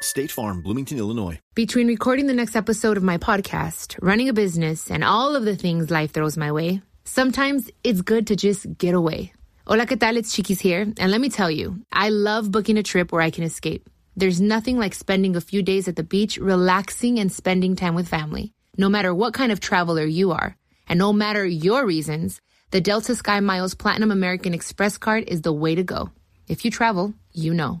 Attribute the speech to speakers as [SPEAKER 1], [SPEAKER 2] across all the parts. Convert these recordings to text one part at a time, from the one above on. [SPEAKER 1] State Farm, Bloomington, Illinois.
[SPEAKER 2] Between recording the next episode of my podcast, running a business, and all of the things life throws my way, sometimes it's good to just get away. Hola, ¿qué tal? It's Chiquis here, and let me tell you, I love booking a trip where I can escape. There's nothing like spending a few days at the beach, relaxing, and spending time with family. No matter what kind of traveler you are, and no matter your reasons, the Delta Sky Miles Platinum American Express card is the way to go. If you travel, you know.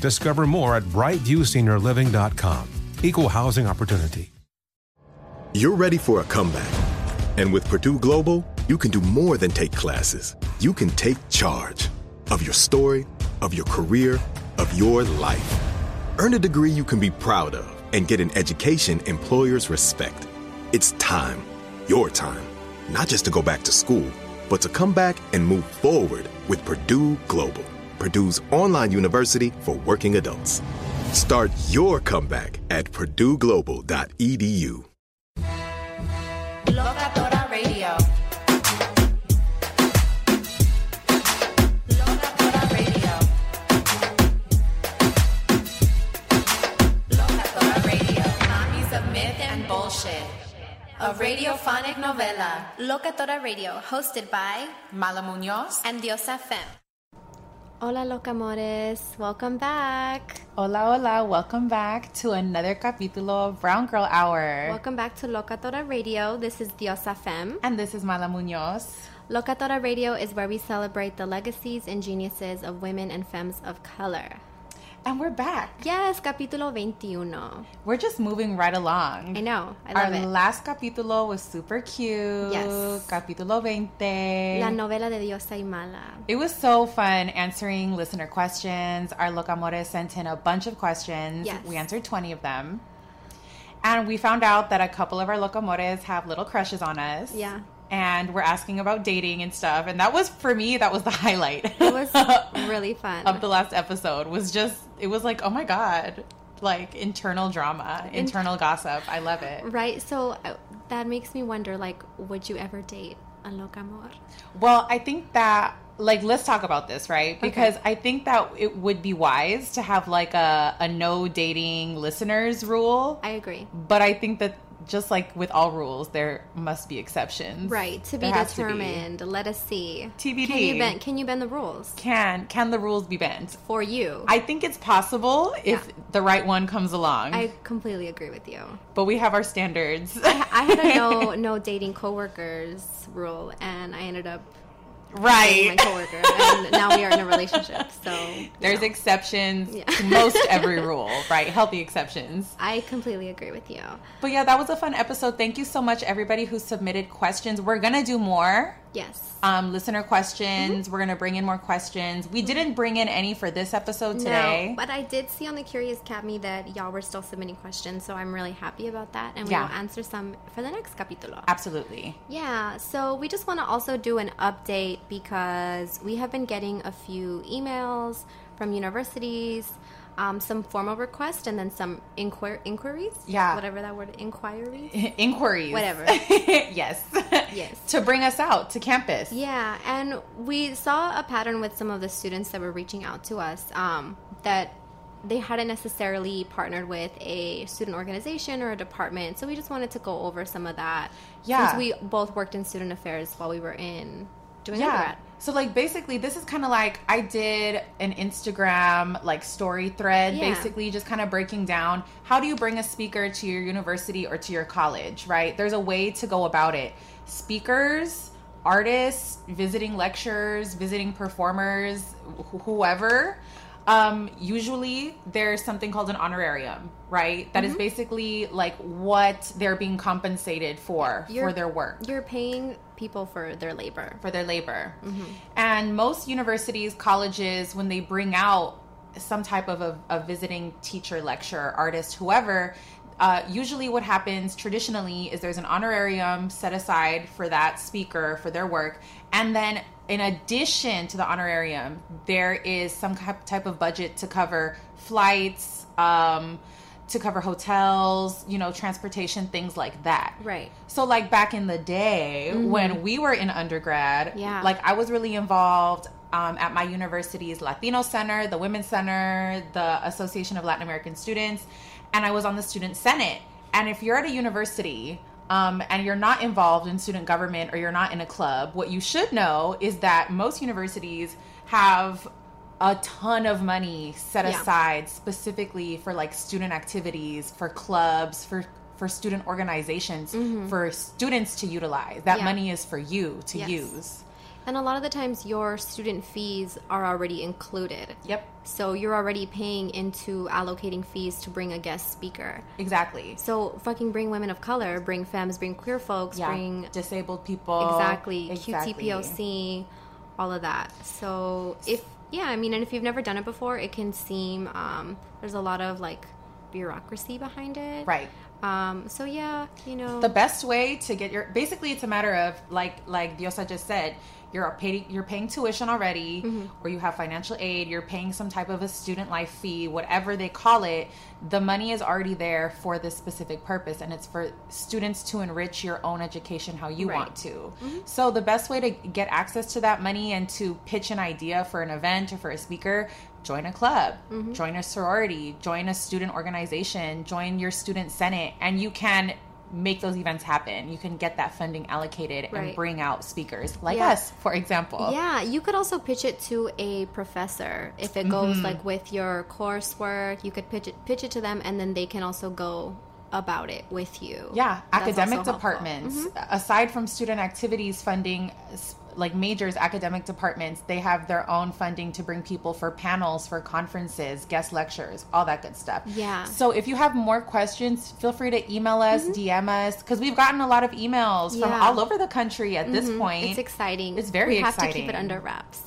[SPEAKER 3] Discover more at brightviewseniorliving.com. Equal housing opportunity.
[SPEAKER 4] You're ready for a comeback. And with Purdue Global, you can do more than take classes. You can take charge of your story, of your career, of your life. Earn a degree you can be proud of and get an education employers respect. It's time, your time, not just to go back to school, but to come back and move forward with Purdue Global, Purdue's online university for working adults. Start your comeback at purdueglobal.edu.
[SPEAKER 5] Locatora Radio. Locatora Radio. Locatora Radio. Mommies of myth and bullshit. A radiophonic novela. Locatora Radio, hosted by Mala Munoz and Diosa Fem.
[SPEAKER 6] Hola, locamores. Welcome back.
[SPEAKER 7] Hola, hola. Welcome back to another capítulo of Brown Girl Hour.
[SPEAKER 6] Welcome back to Locatora Radio. This is Diosa Fem.
[SPEAKER 7] And this is Mala Munoz.
[SPEAKER 6] Locatora Radio is where we celebrate the legacies and geniuses of women and femmes of color.
[SPEAKER 7] And we're back.
[SPEAKER 6] Yes, capítulo 21.
[SPEAKER 7] We're just moving right along.
[SPEAKER 6] I know. I love
[SPEAKER 7] Our
[SPEAKER 6] it.
[SPEAKER 7] last capítulo was super cute.
[SPEAKER 6] Yes.
[SPEAKER 7] Capítulo 20.
[SPEAKER 6] La novela de Diosa y Mala.
[SPEAKER 7] It was so fun answering listener questions. Our Locamores sent in a bunch of questions.
[SPEAKER 6] Yes.
[SPEAKER 7] We answered 20 of them. And we found out that a couple of our Locamores have little crushes on us.
[SPEAKER 6] Yeah.
[SPEAKER 7] And we're asking about dating and stuff. And that was, for me, that was the highlight
[SPEAKER 6] It was really fun.
[SPEAKER 7] of the last episode was just, it was like, oh my God, like internal drama, internal gossip. I love it.
[SPEAKER 6] Right, so uh, that makes me wonder like, would you ever date a locamor?
[SPEAKER 7] Well, I think that like let's talk about this, right? Because I think that it would be wise to have like a a no dating listeners rule,
[SPEAKER 6] I agree.
[SPEAKER 7] but I think that just like with all rules, there must be exceptions.
[SPEAKER 6] Right, to be
[SPEAKER 7] There has to be.
[SPEAKER 6] determined. Let us see.
[SPEAKER 7] TBD.
[SPEAKER 6] Can you bend, can you bend the rules
[SPEAKER 7] Can can the rules be bent?
[SPEAKER 6] for you?
[SPEAKER 7] I think it's possible if
[SPEAKER 6] Yeah.
[SPEAKER 7] the right one comes along,
[SPEAKER 6] I completely agree with you.
[SPEAKER 7] but we have our standards.
[SPEAKER 6] I had a no no dating coworkers rule, and I ended up dating
[SPEAKER 7] right.
[SPEAKER 6] my coworker, and now we are in a relationship. So you
[SPEAKER 7] There's
[SPEAKER 6] know,
[SPEAKER 7] exceptions to most every rule, right? Healthy exceptions.
[SPEAKER 6] I completely agree with you.
[SPEAKER 7] But yeah, that was a fun episode. Thank you so much, everybody who submitted questions. We're gonna do more
[SPEAKER 6] Yes. Mm-hmm.
[SPEAKER 7] um, listener questions. We're gonna bring in more questions. We didn't bring in any for this episode
[SPEAKER 6] No,
[SPEAKER 7] today.
[SPEAKER 6] but I did see on the Curious Cat me that y'all were still submitting questions, so I'm really happy about that, and we
[SPEAKER 7] Yeah.
[SPEAKER 6] will answer some for the next capítulo.
[SPEAKER 7] Absolutely.
[SPEAKER 6] Yeah, so we just want to also do an update because we have been getting a few emails from universities um, some formal requests and then some inquir- inquiries.
[SPEAKER 7] Yeah.
[SPEAKER 6] Whatever that word, inquiries.
[SPEAKER 7] Inquiries.
[SPEAKER 6] Whatever.
[SPEAKER 7] yes.
[SPEAKER 6] Yes.
[SPEAKER 7] to bring us out to campus.
[SPEAKER 6] Yeah, and we saw a pattern with some of the students that were reaching out to us um, that they hadn't necessarily partnered with a student organization or a department. So we just wanted to go over some of that.
[SPEAKER 7] Yeah.
[SPEAKER 6] Since we both worked in student affairs while we were in doing undergrad.
[SPEAKER 7] So like basically this is kind of like I did an Instagram like story thread
[SPEAKER 6] Yeah.
[SPEAKER 7] basically just kind of breaking down how do you bring a speaker to your university or to your college, right? There's a way to go about it. Speakers, artists, visiting lecturers, visiting performers, wh- whoever um, usually there's something called an honorarium, right?
[SPEAKER 6] Mm-hmm.
[SPEAKER 7] That is basically like what they're being compensated for for
[SPEAKER 6] You're-
[SPEAKER 7] their work
[SPEAKER 6] You're paying people for their labor. Mm-hmm.
[SPEAKER 7] for their labor. And most universities, colleges, when they bring out some type of a, a visiting teacher, lecturer, artist, whoever, uh, usually what happens traditionally is there's an honorarium set aside for that speaker for their work. And then in addition to the honorarium, there is some ki- type of budget to cover flights, um, to cover hotels, you know, transportation, things like that.
[SPEAKER 6] Right. Mm-hmm.
[SPEAKER 7] So like back in the day when we were in undergrad,
[SPEAKER 6] Yeah.
[SPEAKER 7] like I was really involved um, at my university's Latino Center, the Women's Center, the Association of Latin American Students, and I was on the Student Senate. And if you're at a university um, and you're not involved in student government or you're not in a club, what you should know is that most universities have a ton of money set
[SPEAKER 6] Yeah.
[SPEAKER 7] aside specifically for like student activities, for clubs, for for student organizations, for students to utilize.
[SPEAKER 6] Mm-hmm.
[SPEAKER 7] That
[SPEAKER 6] Yeah.
[SPEAKER 7] money is for you to
[SPEAKER 6] Yes.
[SPEAKER 7] use.
[SPEAKER 6] And a lot of the times your student fees are already included.
[SPEAKER 7] Yep.
[SPEAKER 6] So you're already paying into allocating fees to bring a guest speaker.
[SPEAKER 7] Exactly.
[SPEAKER 6] So fucking bring women of color, bring femmes, bring queer folks, bring
[SPEAKER 7] disabled people.
[SPEAKER 6] exactly, QTPOC, all of that. So if yeah, I mean, and if you've never done it before, it can seem um, there's a lot of like bureaucracy behind it,
[SPEAKER 7] Right.
[SPEAKER 6] Um, so yeah, you know,
[SPEAKER 7] The best way to get your basically it's a matter of like like Diosa just said, you're paying you're paying tuition already,
[SPEAKER 6] Mm-hmm.
[SPEAKER 7] or you have financial aid, you're paying some type of a student life fee, whatever they call it. The money is already there for this specific purpose, and it's for students to enrich your own education how you want to.
[SPEAKER 6] Mm-hmm.
[SPEAKER 7] So the best way to get access to that money and to pitch an idea for an event or for a speaker. Join a club,
[SPEAKER 6] Mm-hmm.
[SPEAKER 7] join a sorority, join a student organization, join your student senate, and you can make those events happen. You can get that funding allocated and
[SPEAKER 6] Right.
[SPEAKER 7] bring out speakers like
[SPEAKER 6] Yeah.
[SPEAKER 7] us, for example.
[SPEAKER 6] Yeah, you could also pitch it to a professor if it goes
[SPEAKER 7] Mm-hmm.
[SPEAKER 6] like with your coursework. You could pitch it pitch it to them, and then they can also go about it with you.
[SPEAKER 7] Yeah,
[SPEAKER 6] That's
[SPEAKER 7] academic
[SPEAKER 6] also helpful. Mm-hmm.
[SPEAKER 7] departments, aside from student activities funding, s- like majors, academic departments, they have their own funding to bring people for panels, for conferences, guest lectures, all that good stuff.
[SPEAKER 6] Yeah. Mm-hmm.
[SPEAKER 7] So if you have more questions, feel free to email us, DM us, because we've gotten a lot of emails from
[SPEAKER 6] Yeah. Mm-hmm.
[SPEAKER 7] all over the country at this point.
[SPEAKER 6] It's exciting.
[SPEAKER 7] It's very
[SPEAKER 6] we have
[SPEAKER 7] exciting.
[SPEAKER 6] to keep it under wraps.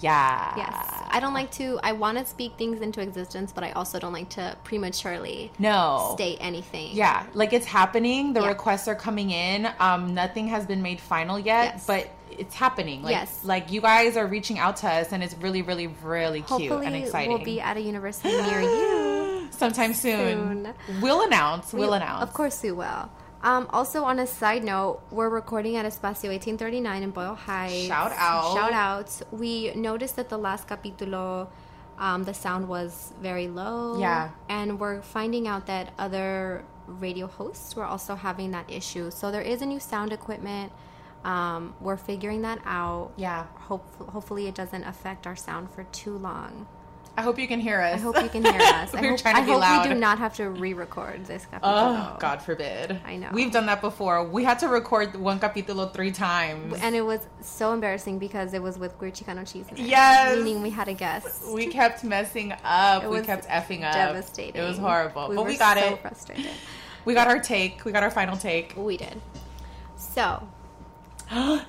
[SPEAKER 7] Yeah.
[SPEAKER 6] Yes, I don't like to. I want to speak things into existence, but I also don't like to prematurely
[SPEAKER 7] No.
[SPEAKER 6] state anything.
[SPEAKER 7] Yeah, like it's happening. The
[SPEAKER 6] Yeah.
[SPEAKER 7] requests are coming in. Um, nothing has been made final yet,
[SPEAKER 6] Yes.
[SPEAKER 7] but it's happening. Like,
[SPEAKER 6] Yes.
[SPEAKER 7] like you guys are reaching out to us, and it's really, really, really cute
[SPEAKER 6] Hopefully,
[SPEAKER 7] and exciting.
[SPEAKER 6] we'll be at a university near you.
[SPEAKER 7] sometime soon.
[SPEAKER 6] soon.
[SPEAKER 7] We'll announce.
[SPEAKER 6] We-
[SPEAKER 7] We'll announce.
[SPEAKER 6] Of course, we will. Um, also, on a side note, we're recording at Espacio 1839 in Boyle Heights.
[SPEAKER 7] Shout out.
[SPEAKER 6] Shout outs. We noticed that the last capítulo, um, the sound was very low.
[SPEAKER 7] Yeah.
[SPEAKER 6] And we're finding out that other radio hosts were also having that issue. So there is a new sound equipment. Um, we're figuring that out.
[SPEAKER 7] Yeah.
[SPEAKER 6] Hope- hopefully, it doesn't affect our sound for too long.
[SPEAKER 7] I hope you can hear us.
[SPEAKER 6] I hope you can hear us. I
[SPEAKER 7] We're
[SPEAKER 6] hope,
[SPEAKER 7] trying to
[SPEAKER 6] I
[SPEAKER 7] be
[SPEAKER 6] hope
[SPEAKER 7] loud.
[SPEAKER 6] we do not have to re-record this capítulo.
[SPEAKER 7] Oh, God forbid.
[SPEAKER 6] I know.
[SPEAKER 7] We've done that before. We had to record one capítulo three times.
[SPEAKER 6] And it was so embarrassing because it was with Greer Chicano cheese. in it,
[SPEAKER 7] Yes.
[SPEAKER 6] Meaning we had a guest.
[SPEAKER 7] we kept messing up.
[SPEAKER 6] It
[SPEAKER 7] we
[SPEAKER 6] was
[SPEAKER 7] kept effing up.
[SPEAKER 6] Devastating.
[SPEAKER 7] It was horrible. but
[SPEAKER 6] were
[SPEAKER 7] we got
[SPEAKER 6] so
[SPEAKER 7] it.
[SPEAKER 6] frustrated.
[SPEAKER 7] We got our take. We got our final take.
[SPEAKER 6] We did. So,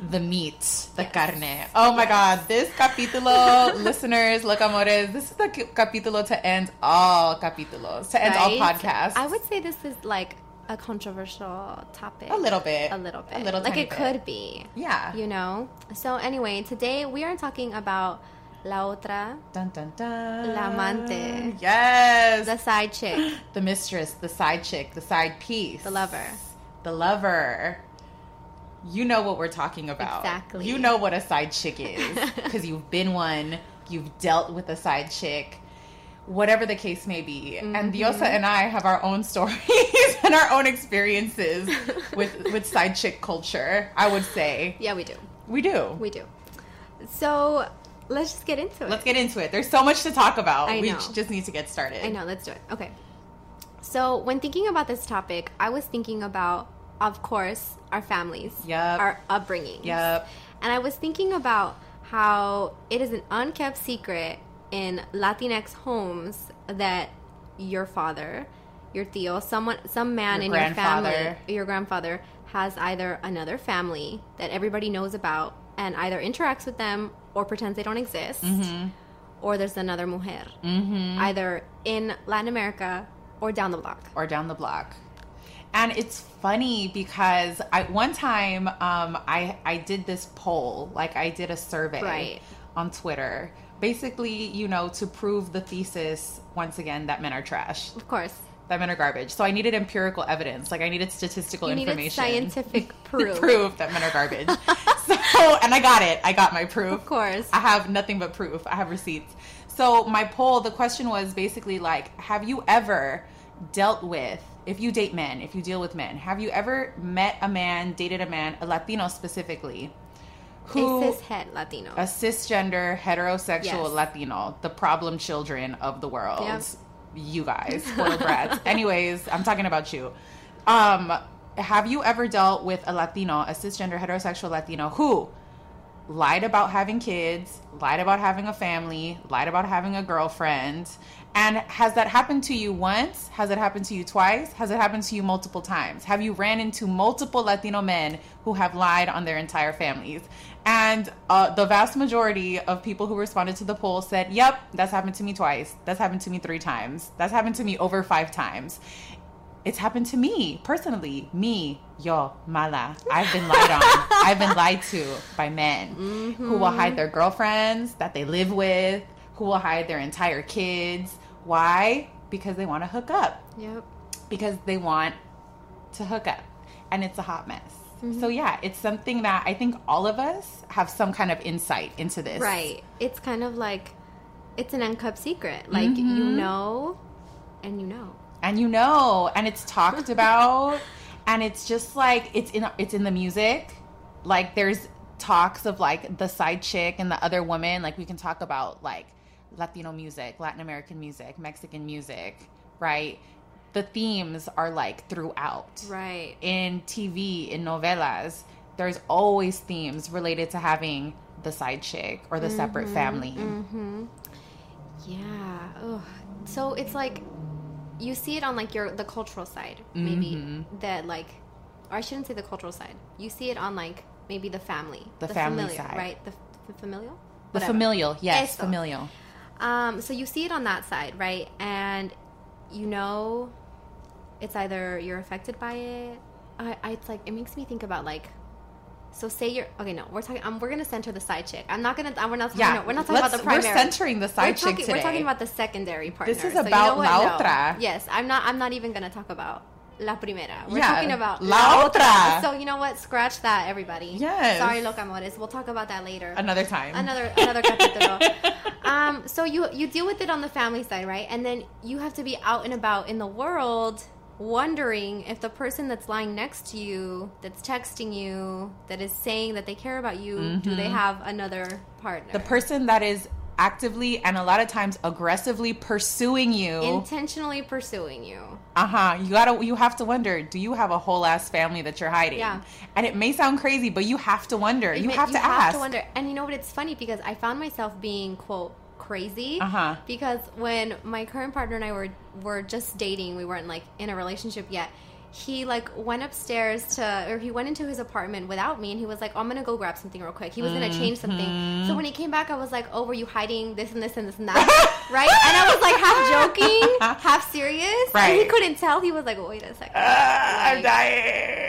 [SPEAKER 7] the meat, the carne. Oh my God, this capítulo, listeners, look, amores, this is the ca- capítulo to end all capítulos, to end all
[SPEAKER 6] right?
[SPEAKER 7] podcasts.
[SPEAKER 6] I would say this is like a controversial topic.
[SPEAKER 7] a little bit,
[SPEAKER 6] A little bit.
[SPEAKER 7] a little,
[SPEAKER 6] like
[SPEAKER 7] tiny
[SPEAKER 6] it
[SPEAKER 7] bit.
[SPEAKER 6] could be.
[SPEAKER 7] Yeah.
[SPEAKER 6] You know? So, anyway, today we are talking about La otra,
[SPEAKER 7] Dun, dun, dun.
[SPEAKER 6] La amante.
[SPEAKER 7] Yes.
[SPEAKER 6] the side chick,
[SPEAKER 7] the mistress, the side chick, the side piece,
[SPEAKER 6] the lover.
[SPEAKER 7] the lover. You know what we're talking about.
[SPEAKER 6] Exactly.
[SPEAKER 7] You know what a side chick is because you've been one, you've dealt with a side chick, whatever the case may be.
[SPEAKER 6] Mm-hmm.
[SPEAKER 7] And Diosa and I have our own stories and our own experiences with with side chick culture, I would say.
[SPEAKER 6] Yeah, we do.
[SPEAKER 7] We do.
[SPEAKER 6] We do. So let's just get into it.
[SPEAKER 7] Let's get into it. There's so much to talk about.
[SPEAKER 6] I
[SPEAKER 7] we
[SPEAKER 6] know.
[SPEAKER 7] just need to get started.
[SPEAKER 6] I know, let's do it. Okay. So, when thinking about this topic, I was thinking about, of course, our families,
[SPEAKER 7] Yup.
[SPEAKER 6] our upbringing.
[SPEAKER 7] Yup.
[SPEAKER 6] And I was thinking about how it is an unkept secret in Latinx homes that your father, your tío, someone, some man
[SPEAKER 7] Your
[SPEAKER 6] in your family,
[SPEAKER 7] grandfather.
[SPEAKER 6] your grandfather has either another family that everybody knows about and either interacts with them or pretends they don't exist,
[SPEAKER 7] Mm-hmm.
[SPEAKER 6] or there's another mujer, either in Latin America or down the block.
[SPEAKER 7] or down the block. And it's funny because I one time um, I I did this poll, like I did a survey
[SPEAKER 6] Right.
[SPEAKER 7] on Twitter, basically you know to prove the thesis once again that men are trash,
[SPEAKER 6] Of course,
[SPEAKER 7] that men are garbage. So I needed empirical evidence, like I needed statistical
[SPEAKER 6] you
[SPEAKER 7] information,
[SPEAKER 6] needed scientific proof.
[SPEAKER 7] proof that men are garbage. so and I got it, I got my proof.
[SPEAKER 6] Of course.
[SPEAKER 7] I have nothing but proof. I have receipts. So my poll, the question was basically like, have you ever dealt with if you date men, if you deal with men, have you ever met a man, dated a man, a Latino specifically, who
[SPEAKER 6] Faces head Latino.
[SPEAKER 7] a cisgender heterosexual
[SPEAKER 6] Yes.
[SPEAKER 7] Latino, the problem children of the world.
[SPEAKER 6] Yep.
[SPEAKER 7] You guys, spoiled brats. Anyways, I'm talking about you. Um, have you ever dealt with a Latino, a cisgender heterosexual Latino who lied about having kids, lied about having a family, lied about having a girlfriend? And has that happened to you once? Has it happened to you twice? Has it happened to you multiple times? Have you ran into multiple Latino men who have lied on their entire families? And uh, the vast majority of people who responded to the poll said, Yep, that's happened to me twice. That's happened to me three times. That's happened to me over five times it's happened to me personally. Me, yo, mala. I've been lied on. I've been lied to by men who will hide their girlfriends that they live with, who will hide their entire kids. Why? Because they want to hook up,
[SPEAKER 6] Yep.
[SPEAKER 7] because they want to hook up. And it's a hot mess. So, yeah, it's something that I think all of us have some kind of insight into this.
[SPEAKER 6] Right. It's kind of like it's an unkept secret. Like you
[SPEAKER 7] Mm-hmm.
[SPEAKER 6] know, and you know.
[SPEAKER 7] and you know and it's talked about and it's just like it's in it's in the music like there's talks of like the side chick and the other woman like we can talk about like latino music latin american music mexican music right the themes are like throughout
[SPEAKER 6] Right.
[SPEAKER 7] in TV, in novelas, there's always themes related to having the side chick or the separate
[SPEAKER 6] Mm-hmm.
[SPEAKER 7] family.
[SPEAKER 6] Yeah. Ugh. So it's like you see it on like your the cultural side, maybe
[SPEAKER 7] Mm-hmm.
[SPEAKER 6] that like, or I shouldn't say the cultural side. You see it on like maybe the family,
[SPEAKER 7] The family
[SPEAKER 6] familial,
[SPEAKER 7] side.
[SPEAKER 6] right? The, f- the familial.
[SPEAKER 7] The
[SPEAKER 6] Whatever.
[SPEAKER 7] familial, yes,
[SPEAKER 6] Eso.
[SPEAKER 7] familial.
[SPEAKER 6] Um, so you see it on that side, right? And you know, it's either you're affected by it. I, I it's like it makes me think about like. So say you're okay. No, we're talking. Um, we're gonna center the side chick. I'm not gonna. uh, we're not. Talking,
[SPEAKER 7] Yeah,
[SPEAKER 6] no, we're not talking about the
[SPEAKER 7] let's-
[SPEAKER 6] primary.
[SPEAKER 7] we're centering the side
[SPEAKER 6] We're
[SPEAKER 7] chick
[SPEAKER 6] talking- We're
[SPEAKER 7] today.
[SPEAKER 6] talking about the secondary partner.
[SPEAKER 7] is
[SPEAKER 6] So you
[SPEAKER 7] about
[SPEAKER 6] know what?
[SPEAKER 7] la
[SPEAKER 6] No.
[SPEAKER 7] otra.
[SPEAKER 6] Yes, I'm not. I'm not even gonna talk about la primera. We're
[SPEAKER 7] Yeah,
[SPEAKER 6] talking about
[SPEAKER 7] la otra.
[SPEAKER 6] So you know what? Scratch that, everybody.
[SPEAKER 7] Yes.
[SPEAKER 6] Sorry, loca amores. We'll talk about that later
[SPEAKER 7] Another time.
[SPEAKER 6] another another capítulo. Um, so you you deal with it on the family side, right? And then you have to be out and about in the world, wondering if the person that's lying next to you, that's texting you, that is saying that they care about you, do they have another partner?
[SPEAKER 7] Mm-hmm. the person that is actively and a lot of times aggressively pursuing you
[SPEAKER 6] intentionally pursuing you.
[SPEAKER 7] uh-huh you gotta you have to wonder do you have a whole ass family that you're hiding
[SPEAKER 6] Yeah.
[SPEAKER 7] and it may sound crazy but you have to wonder you
[SPEAKER 6] ma-
[SPEAKER 7] have to ask
[SPEAKER 6] wonder. And you know what? It's funny because I found myself being quote crazy
[SPEAKER 7] Uh-huh.
[SPEAKER 6] because when my current partner and I were were just dating, we weren't like in a relationship yet. He like went upstairs to, or he went into his apartment without me, and he was like, "Oh, "I'm gonna go grab something real quick." He was gonna change something.
[SPEAKER 7] Mm-hmm.
[SPEAKER 6] So when he came back, I was like, "Oh, were you hiding this and this and this and that?" right? And I was like half joking, half serious. And he
[SPEAKER 7] Right.
[SPEAKER 6] couldn't tell. He was like, "Wait a second.
[SPEAKER 7] Ah, i'm
[SPEAKER 6] Like,
[SPEAKER 7] dying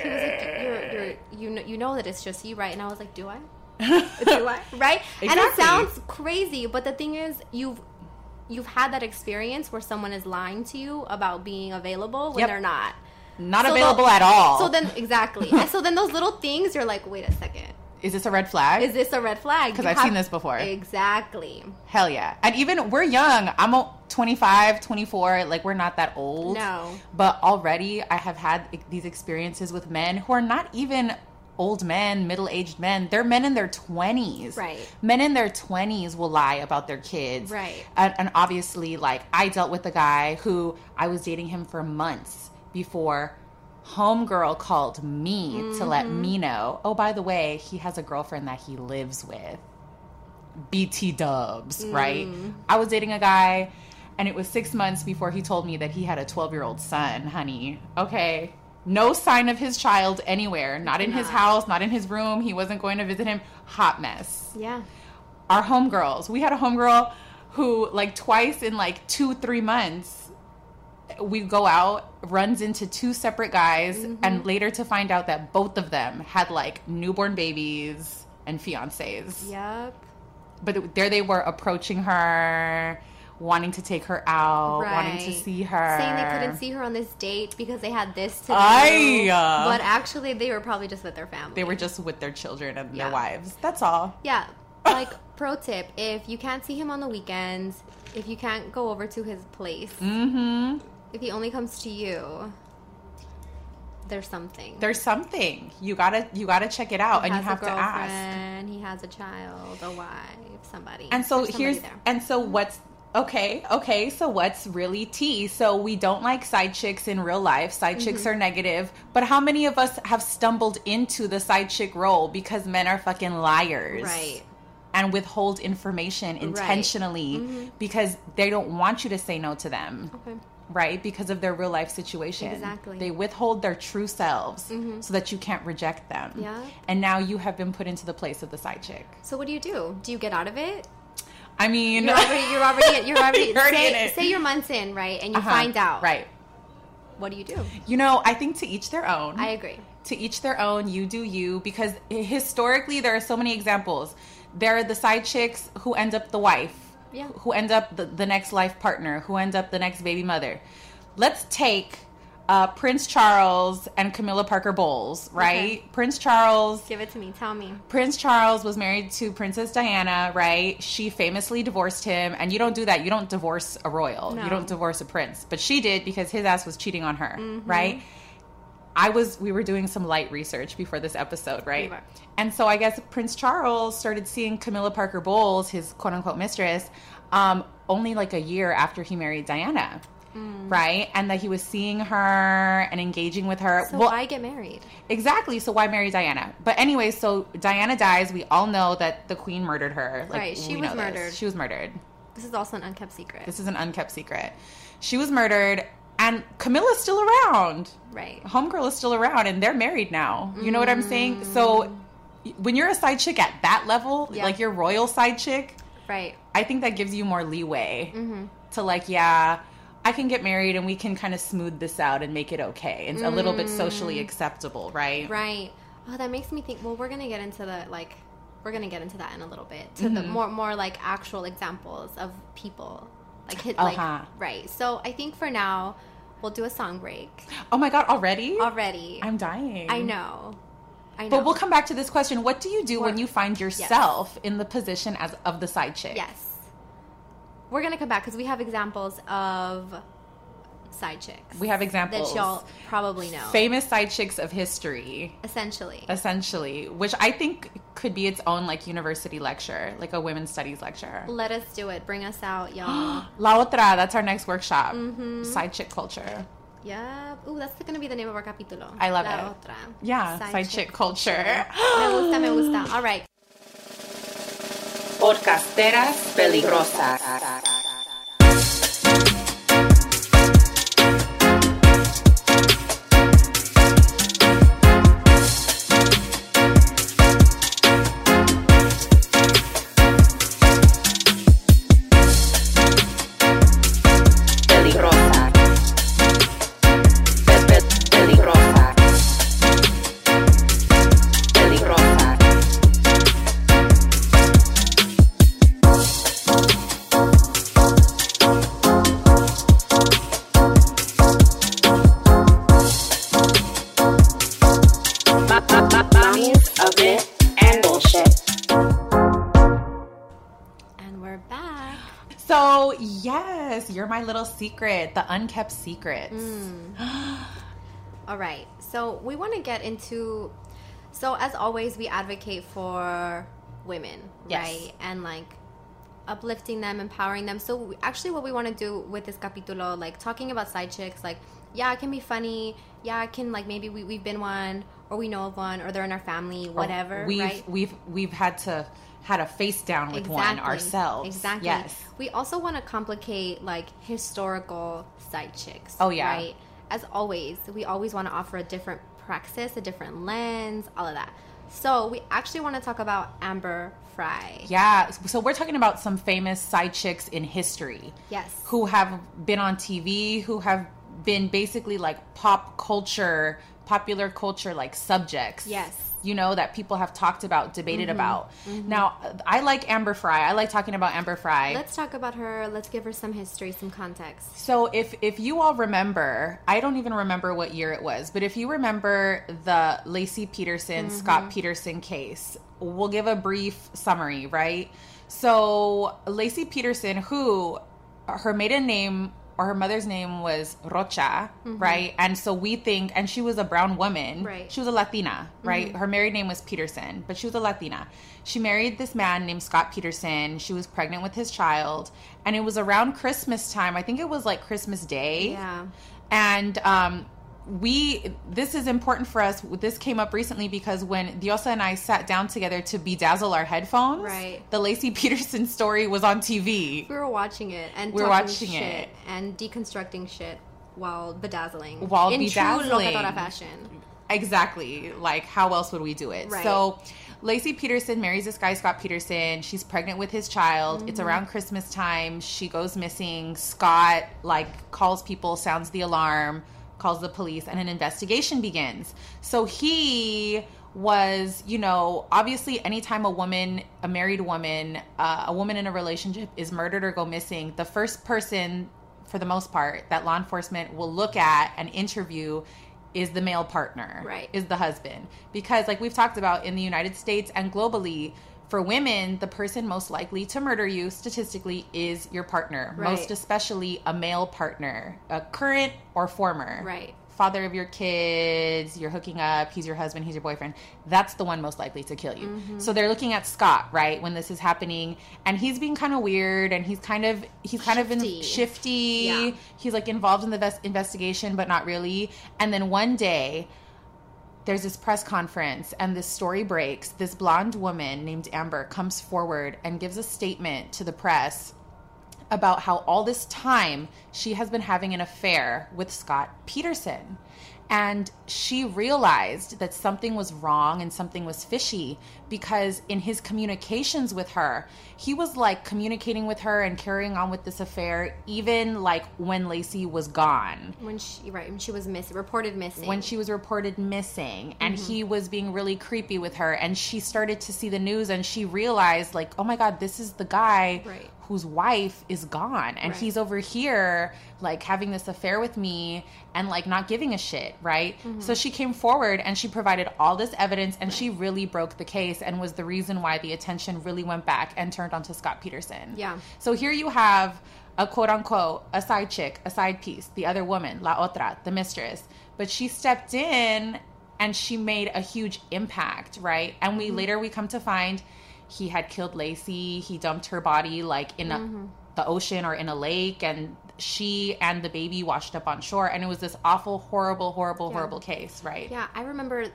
[SPEAKER 6] he was like, you're, you're, you know, you know that it's just you, right? And I was like, do I? do I? Right? And it
[SPEAKER 7] Exactly.
[SPEAKER 6] sounds crazy, but the thing is, you've you've had that experience where someone is lying to you about being available when
[SPEAKER 7] Yep.
[SPEAKER 6] they're not.
[SPEAKER 7] Not
[SPEAKER 6] So
[SPEAKER 7] available
[SPEAKER 6] tho-
[SPEAKER 7] at all.
[SPEAKER 6] So then, exactly. and so then those little things, you're like, wait a second.
[SPEAKER 7] is this a red flag?
[SPEAKER 6] Is this a red flag?
[SPEAKER 7] 'Cause
[SPEAKER 6] You
[SPEAKER 7] I've seen this before.
[SPEAKER 6] Exactly.
[SPEAKER 7] Hell yeah. And even we're young. I'm o- 25, 24. Like, we're not that old.
[SPEAKER 6] No.
[SPEAKER 7] But already I have had e- these experiences with men who are not even old men, middle aged men. They're men in their 20s.
[SPEAKER 6] Right.
[SPEAKER 7] Men in their 20s will lie about their kids.
[SPEAKER 6] Right.
[SPEAKER 7] And, and obviously, like, I dealt with a guy who I was dating him for months before. Homegirl called me to let me know. Oh, by the way, he has a girlfriend that he lives with. BT dubs, right? I was dating a guy and it was six months before he told me that he had a 12 year old son, honey. Okay. No sign of his child anywhere, not in his house, not in his room. He wasn't going to visit him. Hot mess.
[SPEAKER 6] Yeah.
[SPEAKER 7] Our homegirls, we had a homegirl who, like, twice in like two, three months, we go out, runs into two separate guys,
[SPEAKER 6] Mm-hmm.
[SPEAKER 7] and later to find out that both of them had like newborn babies and fiancés
[SPEAKER 6] Yep.
[SPEAKER 7] but there they were approaching her, wanting to take her out, wanting to
[SPEAKER 6] Right.
[SPEAKER 7] see her.
[SPEAKER 6] Saying they couldn't see her on this date because they had this to do.
[SPEAKER 7] Aye.
[SPEAKER 6] But actually, they were probably just with their family.
[SPEAKER 7] uh. They were just with their children and
[SPEAKER 6] Yeah.
[SPEAKER 7] their wives. That's all.
[SPEAKER 6] Yeah. Like, pro tip if you can't see him on the weekends, if you can't go over to his place, mm-hmm. if he only comes to you, there's something.
[SPEAKER 7] There's something you gotta you gotta check it out,
[SPEAKER 6] He
[SPEAKER 7] and you
[SPEAKER 6] has a
[SPEAKER 7] have to ask.
[SPEAKER 6] girlfriend, He has a child, a wife, somebody.
[SPEAKER 7] And so
[SPEAKER 6] There's somebody
[SPEAKER 7] here's
[SPEAKER 6] there.
[SPEAKER 7] and so what's okay okay so what's really tea? So we don't like side chicks in real life. Side
[SPEAKER 6] Mm-hmm.
[SPEAKER 7] chicks are negative, but how many of us have stumbled into the side chick role because men are fucking liars,
[SPEAKER 6] right.
[SPEAKER 7] and withhold information intentionally because they don't want you to say no to them.
[SPEAKER 6] Mm-hmm. Okay.
[SPEAKER 7] Right? Because of their real life situation.
[SPEAKER 6] Exactly. Mm-hmm.
[SPEAKER 7] They withhold their true selves so that you can't reject them.
[SPEAKER 6] Yeah.
[SPEAKER 7] And now you have been put into the place of the side chick.
[SPEAKER 6] So what do you do? Do you get out of it?
[SPEAKER 7] I mean,
[SPEAKER 6] You're already, you're already, you're already.
[SPEAKER 7] You're already
[SPEAKER 6] say,
[SPEAKER 7] in it.
[SPEAKER 6] say you're months in, right? And you
[SPEAKER 7] Uh-huh.
[SPEAKER 6] find out,
[SPEAKER 7] Right. Mm-hmm.
[SPEAKER 6] What do you do?
[SPEAKER 7] You know, I think to each their own.
[SPEAKER 6] I agree.
[SPEAKER 7] to each their own you do you because historically there are so many examples there are the side chicks who end up the wife
[SPEAKER 6] Yeah.
[SPEAKER 7] who end up the, the next life partner who end up the next baby mother let's take uh, prince charles and camilla parker bowles right prince charles
[SPEAKER 6] Give it to me. Tell me.
[SPEAKER 7] Prince Charles was married to Princess Diana, right? She famously divorced him, and you don't do that. You don't divorce a royal.
[SPEAKER 6] No.
[SPEAKER 7] You don't divorce a prince. But she did because his ass was cheating on her,
[SPEAKER 6] Mm-hmm.
[SPEAKER 7] right? I was we were doing some light research before this episode, right?
[SPEAKER 6] were.
[SPEAKER 7] And so I guess Prince Charles started seeing Camilla Parker Bowles, his quote unquote mistress, um, only like a year after he married Diana.
[SPEAKER 6] Mm.
[SPEAKER 7] Right? And that he was seeing her and engaging with her.
[SPEAKER 6] So
[SPEAKER 7] Well,
[SPEAKER 6] why get married?
[SPEAKER 7] Exactly. So why marry Diana? But anyway, so Diana dies. We all know that the queen murdered her.
[SPEAKER 6] Right, she
[SPEAKER 7] we
[SPEAKER 6] was
[SPEAKER 7] know this.
[SPEAKER 6] murdered.
[SPEAKER 7] She was murdered.
[SPEAKER 6] This is also an unkept secret,
[SPEAKER 7] This is an unkept secret. She was murdered, and Camilla's still around.
[SPEAKER 6] right?
[SPEAKER 7] Homegirl is still around, and they're married now. You know what I'm saying? So when you're a side chick at that level,
[SPEAKER 6] Mm. Yeah.
[SPEAKER 7] like your royal side chick,
[SPEAKER 6] Right.
[SPEAKER 7] I think that gives you more leeway
[SPEAKER 6] Mm-hmm.
[SPEAKER 7] to like, yeah, I can get married and we can kind of smooth this out and make it okay. It's a little bit socially acceptable, right?
[SPEAKER 6] Mm. Right. Oh, that makes me think. Well, we're gonna get into the like, we're gonna get into that in a little bit to
[SPEAKER 7] Mm-hmm.
[SPEAKER 6] the more more like actual examples of people like hit
[SPEAKER 7] Uh-huh.
[SPEAKER 6] like right. So I think for now we'll do a song break
[SPEAKER 7] Oh my god, already?
[SPEAKER 6] already.
[SPEAKER 7] I'm dying.
[SPEAKER 6] I know. I know.
[SPEAKER 7] But we'll come back to this question. What do you do when you find yourself in the position as of the side chick?
[SPEAKER 6] Yes. We're gonna come back because we have examples of side chicks.
[SPEAKER 7] We have examples.
[SPEAKER 6] that y'all probably know.
[SPEAKER 7] Famous side chicks of history,
[SPEAKER 6] essentially.
[SPEAKER 7] essentially, which I think could be its own like university lecture, like a women's studies lecture.
[SPEAKER 6] Let us do it. Bring us out, y'all.
[SPEAKER 7] La otra, that's our next workshop.
[SPEAKER 6] Mm-hmm.
[SPEAKER 7] Side chick culture.
[SPEAKER 6] yeah. Ooh, that's gonna be the name of our capítulo.
[SPEAKER 7] I love
[SPEAKER 6] La
[SPEAKER 7] it.
[SPEAKER 6] Otra.
[SPEAKER 7] Yeah, side, chick, culture.
[SPEAKER 6] me gusta, me gusta. All right.
[SPEAKER 7] Podcasteras peligrosas.
[SPEAKER 8] peligrosa. Pe- pe- Peligrosa. Peligrosa. bullshit.
[SPEAKER 6] And we're back.
[SPEAKER 7] So, yes, you're my little secret, the unkept secrets.
[SPEAKER 6] Mm, All right. So we want to get into. So as always, we advocate for women,
[SPEAKER 7] Yes.
[SPEAKER 6] right? And like uplifting them, empowering them. So we- actually, what we want to do with this capítulo, like talking about side chicks, like yeah, it can be funny. Yeah, it can like maybe we, we've been one, or we know of one, or they're in our family, whatever.
[SPEAKER 7] We've
[SPEAKER 6] right?
[SPEAKER 7] we've we've had to had a face down with one ourselves.
[SPEAKER 6] Exactly.
[SPEAKER 7] Yes.
[SPEAKER 6] We also want to complicate like historical side chicks.
[SPEAKER 7] Oh, yeah.
[SPEAKER 6] Right. As always, we always want to offer a different praxis, a different lens, all of that. So we actually want to talk about Amber Fry.
[SPEAKER 7] Yeah. So we're talking about some famous side chicks in history.
[SPEAKER 6] Yes.
[SPEAKER 7] Who have been on TV, who have been basically like pop culture, popular culture like subjects.
[SPEAKER 6] Yes. Mm-hmm.
[SPEAKER 7] You know, that people have talked about, debated about. Now, I like Amber Fry. I like talking about Amber Fry.
[SPEAKER 6] Let's talk about her. Let's give her some history, some context.
[SPEAKER 7] So if if you all remember, I don't even remember what year it was, but if you remember the Lacey Peterson, Scott Peterson case, we'll give a brief summary, right? So Lacey Peterson, who her maiden name or her mother's name was Rocha, right? And so we think, and she was a brown woman.
[SPEAKER 6] Right.
[SPEAKER 7] She was a Latina, right?
[SPEAKER 6] Mm-hmm.
[SPEAKER 7] Her married name was Peterson, but she was a Latina. She married this man named Scott Peterson. She was pregnant with his child, and it was around Christmas time. I think it was like Christmas Day.
[SPEAKER 6] Yeah.
[SPEAKER 7] And um, we, this is important for us. This came up recently because when Diosa and I sat down together to bedazzle our headphones,
[SPEAKER 6] Right.
[SPEAKER 7] the Lacey Peterson story was on TV.
[SPEAKER 6] We were watching it and
[SPEAKER 7] We were
[SPEAKER 6] talking
[SPEAKER 7] watching
[SPEAKER 6] shit
[SPEAKER 7] it.
[SPEAKER 6] and deconstructing shit while bedazzling.
[SPEAKER 7] While
[SPEAKER 6] in true
[SPEAKER 7] bedazzling.
[SPEAKER 6] locadora fashion.
[SPEAKER 7] Exactly. Like, how else would we do it?
[SPEAKER 6] Right.
[SPEAKER 7] So, Lacey Peterson marries this guy, Scott Peterson. She's pregnant with his child. It's around Christmas time. She goes missing. Scott, like, calls people, sounds the alarm, calls the police, and an investigation begins. So, he was, you know, obviously, anytime a woman, a married woman, uh, a woman in a relationship is murdered or go missing, the first person, for the most part, that law enforcement will look at and interview is the male partner
[SPEAKER 6] Right.
[SPEAKER 7] is the husband because like we've talked about in the united states and globally for women the person most likely to murder you statistically is your partner
[SPEAKER 6] Right.
[SPEAKER 7] most especially a male partner a current or former
[SPEAKER 6] Right.
[SPEAKER 7] father of your kids you're hooking up he's your husband he's your boyfriend that's the one most likely to kill you
[SPEAKER 6] Mm-hmm.
[SPEAKER 7] so they're looking at scott right when this is happening and he's being kind of weird and he's kind of he's kind of in
[SPEAKER 6] Shifty.
[SPEAKER 7] shifty
[SPEAKER 6] Yeah.
[SPEAKER 7] he's like involved in the ves- investigation but not really and then one day there's this press conference and this story breaks this blonde woman named amber comes forward and gives a statement to the press about how all this time she has been having an affair with Scott Peterson. And she realized that something was wrong and something was fishy because in his communications with her, he was like communicating with her and carrying on with this affair, even like when Lacey was gone
[SPEAKER 6] When she right, when she was missing reported missing. Mm-hmm.
[SPEAKER 7] when she was reported missing and he was being really creepy with her and she started to see the news and she realized like oh my god this is the guy
[SPEAKER 6] Right.
[SPEAKER 7] whose wife is gone and
[SPEAKER 6] Right.
[SPEAKER 7] he's over here like having this affair with me and like not giving a shit right
[SPEAKER 6] Mm-hmm.
[SPEAKER 7] so she came forward and she provided all this evidence and she really broke the case and was the reason why the attention really went back and turned onto Scott Peterson
[SPEAKER 6] Yeah.
[SPEAKER 7] so here you have a quote unquote a side chick, a side piece, the other woman, la otra, the mistress. But she stepped in and she made a huge impact, right? And we later we come to find he had killed Lacey, he dumped her body like in a, the ocean or in a lake and she and the baby washed up on shore and it was this awful horrible horrible horrible case, right?
[SPEAKER 6] Yeah, I remember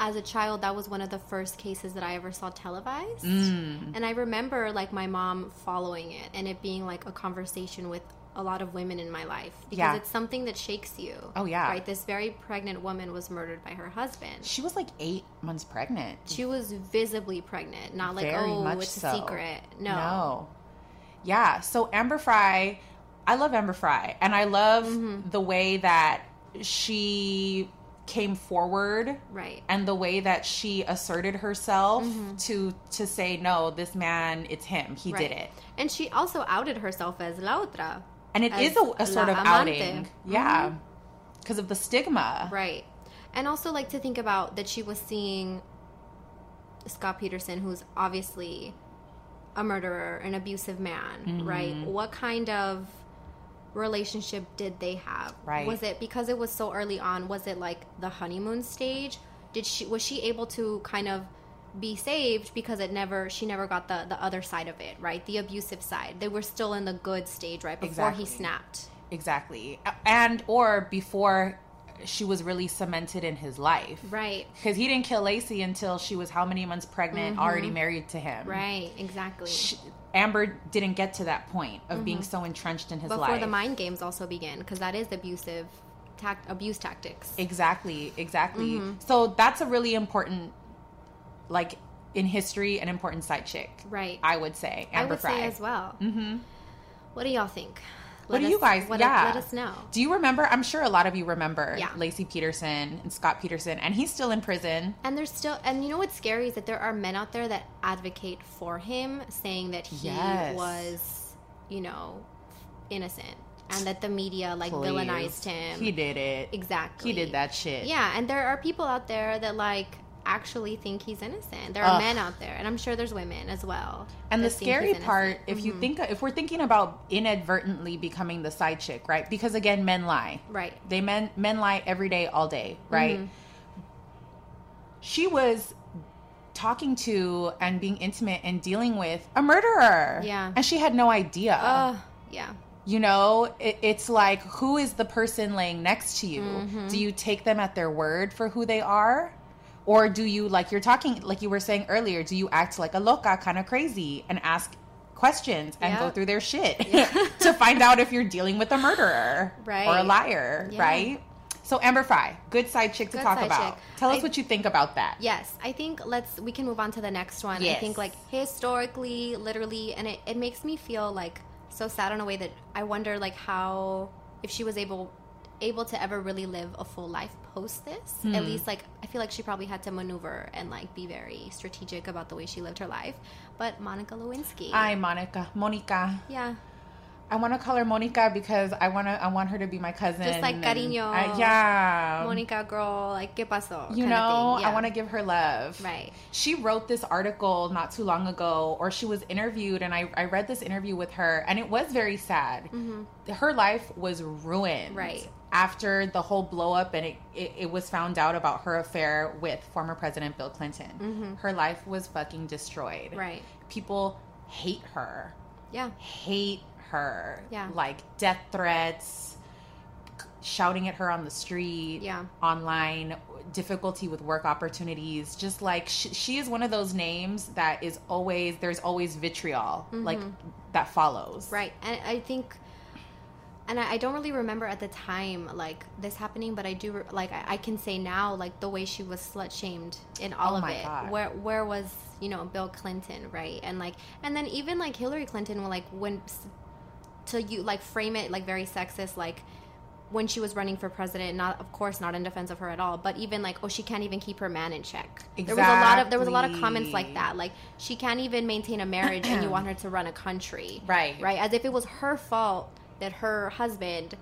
[SPEAKER 6] as a child that was one of the first cases that I ever saw televised.
[SPEAKER 7] Mm.
[SPEAKER 6] And I remember like my mom following it and it being like a conversation with a lot of women in my life because
[SPEAKER 7] Yeah.
[SPEAKER 6] it's something that shakes you.
[SPEAKER 7] Oh, yeah.
[SPEAKER 6] Right? This very pregnant woman was murdered by her husband.
[SPEAKER 7] She was like 8 months pregnant.
[SPEAKER 6] She was visibly pregnant, not like
[SPEAKER 7] Very
[SPEAKER 6] oh,
[SPEAKER 7] much
[SPEAKER 6] it's
[SPEAKER 7] so.
[SPEAKER 6] a secret. No.
[SPEAKER 7] No. Yeah. So Amber Fry, I love Amber Fry, and I love
[SPEAKER 6] Mm-hmm.
[SPEAKER 7] the way that she came forward
[SPEAKER 6] Right. Mm-hmm.
[SPEAKER 7] and the way that she asserted herself to to say no this man it's him he
[SPEAKER 6] Right.
[SPEAKER 7] did it
[SPEAKER 6] And she also outed herself as la otra.
[SPEAKER 7] and it is
[SPEAKER 6] As Mm-hmm.
[SPEAKER 7] a, a sort
[SPEAKER 6] la
[SPEAKER 7] of
[SPEAKER 6] amante.
[SPEAKER 7] outing yeah because of the stigma
[SPEAKER 6] Right. And also like to think about that she was seeing Scott Peterson, who's obviously a murderer, an abusive man,
[SPEAKER 7] Mhm.
[SPEAKER 6] right? What kind of relationship did they have?
[SPEAKER 7] Right.
[SPEAKER 6] Was it because it was so early on? Was it like the honeymoon stage? Did she was she able to kind of be saved because it never she never got the the other side of it, right? The abusive side. They were still in the good stage, right? Before
[SPEAKER 7] Exactly.
[SPEAKER 6] he snapped.
[SPEAKER 7] Exactly. A- And or before she was really cemented in his life.
[SPEAKER 6] Right.
[SPEAKER 7] Because he didn't kill Lacey until she was how many months pregnant,
[SPEAKER 6] Mhm.
[SPEAKER 7] already married to him.
[SPEAKER 6] Right, exactly.
[SPEAKER 7] Amber didn't get to that point of being
[SPEAKER 6] Mhm.
[SPEAKER 7] so entrenched in his
[SPEAKER 6] Before
[SPEAKER 7] life.
[SPEAKER 6] the mind games also begin, because that is abusive, tact abuse tactics.
[SPEAKER 7] Exactly, exactly.
[SPEAKER 6] Mhm.
[SPEAKER 7] So that's a really important, like in history, an important side chick.
[SPEAKER 6] Right.
[SPEAKER 7] I would say
[SPEAKER 6] I
[SPEAKER 7] Amber
[SPEAKER 6] would
[SPEAKER 7] Fry.
[SPEAKER 6] say as well. Mm-hmm. What do y'all think?
[SPEAKER 7] What
[SPEAKER 6] Let
[SPEAKER 7] do
[SPEAKER 6] us-
[SPEAKER 7] you guys?
[SPEAKER 6] What
[SPEAKER 7] yeah,
[SPEAKER 6] Let us know.
[SPEAKER 7] Do you remember? I'm sure a lot of you remember
[SPEAKER 6] Yeah.
[SPEAKER 7] Lacey Peterson and Scott Peterson, and he's still in prison.
[SPEAKER 6] And there's still, and you know what's scary is that there are men out there that advocate for him, saying that he
[SPEAKER 7] Yes.
[SPEAKER 6] was, you know, innocent, and that the media like
[SPEAKER 7] Please.
[SPEAKER 6] villainized him.
[SPEAKER 7] He did it.
[SPEAKER 6] Exactly.
[SPEAKER 7] He did that shit.
[SPEAKER 6] Yeah, and there are people out there that like actually think he's innocent. There are
[SPEAKER 7] Ugh.
[SPEAKER 6] men out there, and I'm sure there's women as well.
[SPEAKER 7] And the
[SPEAKER 6] that think he's
[SPEAKER 7] scary
[SPEAKER 6] innocent.
[SPEAKER 7] part, if you
[SPEAKER 6] Mhm.
[SPEAKER 7] think, if we're thinking about inadvertently becoming the side chick, right? Because again, men lie.
[SPEAKER 6] right,
[SPEAKER 7] They men men lie every day, all day, right?
[SPEAKER 6] Mhm.
[SPEAKER 7] She was talking to and being intimate and dealing with a murderer.
[SPEAKER 6] Yeah.
[SPEAKER 7] and she had no idea.
[SPEAKER 6] Ugh, yeah.
[SPEAKER 7] You know, it, it's like who is the person laying next to you?
[SPEAKER 6] Mhm.
[SPEAKER 7] Do you take them at their word for who they are? Or do you like you're talking like you were saying earlier, do you act like a loca kind of crazy and ask questions and go
[SPEAKER 6] Yep.
[SPEAKER 7] through their shit to find out if you're dealing with a murderer or a
[SPEAKER 6] Right.
[SPEAKER 7] liar,
[SPEAKER 6] Yeah.
[SPEAKER 7] right? So Amber Fry, good side chick to
[SPEAKER 6] Good
[SPEAKER 7] talk
[SPEAKER 6] side
[SPEAKER 7] about.
[SPEAKER 6] chick.
[SPEAKER 7] Tell us
[SPEAKER 6] I-
[SPEAKER 7] what you think about that.
[SPEAKER 6] Yes, I think let's we can move on to the next one. I
[SPEAKER 7] Yes.
[SPEAKER 6] think like historically, literally, and it, it makes me feel like so sad in a way that I wonder like how if she was able able to ever really live a full life post this. At
[SPEAKER 9] Hmm.
[SPEAKER 6] least like I feel like she probably had to maneuver and like be very strategic about the way she lived her life. But Monica Lewinsky.
[SPEAKER 7] Hi, Monica. Monica.
[SPEAKER 6] yeah.
[SPEAKER 7] I want to call her Monica because I want to. I want her to be my cousin.
[SPEAKER 6] Just like
[SPEAKER 7] and
[SPEAKER 6] cariño.
[SPEAKER 7] I- yeah,
[SPEAKER 6] Monica girl, like qué pasó?
[SPEAKER 7] Um, You
[SPEAKER 6] kinda
[SPEAKER 7] know,
[SPEAKER 6] thing. Yeah.
[SPEAKER 7] I want to give her love.
[SPEAKER 6] Right.
[SPEAKER 7] She wrote this article not too long ago, or she was interviewed, and I, I read this interview with her, and it was very sad.
[SPEAKER 6] Mhm.
[SPEAKER 7] Her life was ruined.
[SPEAKER 6] Right.
[SPEAKER 7] After the whole blow up, and it, it, it was found out about her affair with former President Bill Clinton.
[SPEAKER 6] Mhm.
[SPEAKER 7] Her life was fucking destroyed.
[SPEAKER 6] Right.
[SPEAKER 7] People hate her
[SPEAKER 6] Yeah.
[SPEAKER 7] hate her.
[SPEAKER 6] Yeah.
[SPEAKER 7] Like death threats, shouting at her on the street,
[SPEAKER 6] Yeah.
[SPEAKER 7] online, difficulty with work opportunities. Just like she, she is one of those names that is always, there's always vitriol, like
[SPEAKER 6] Mhm.
[SPEAKER 7] that follows.
[SPEAKER 6] Right. And I think, and I, I don't really remember at the time, like, this happening, but I do, re- like, I, I can say now, like, the way she was slut shamed in all
[SPEAKER 7] Oh
[SPEAKER 6] of
[SPEAKER 7] my
[SPEAKER 6] it.
[SPEAKER 7] God.
[SPEAKER 6] Where, where was, you know, Bill Clinton, right? And, like, and then even, like, Hillary Clinton, well, like, when, s- to you, like, frame it, like, very sexist, like, when she was running for president, not of course not in defense of her at all, but even like, oh, she can't even keep her man in check. There was a lot of there was a lot of comments like
[SPEAKER 7] Exactly.
[SPEAKER 6] that, like she can't even maintain a marriage, and you want her to run a country,
[SPEAKER 7] Right.
[SPEAKER 6] right? As if it was her fault that her husband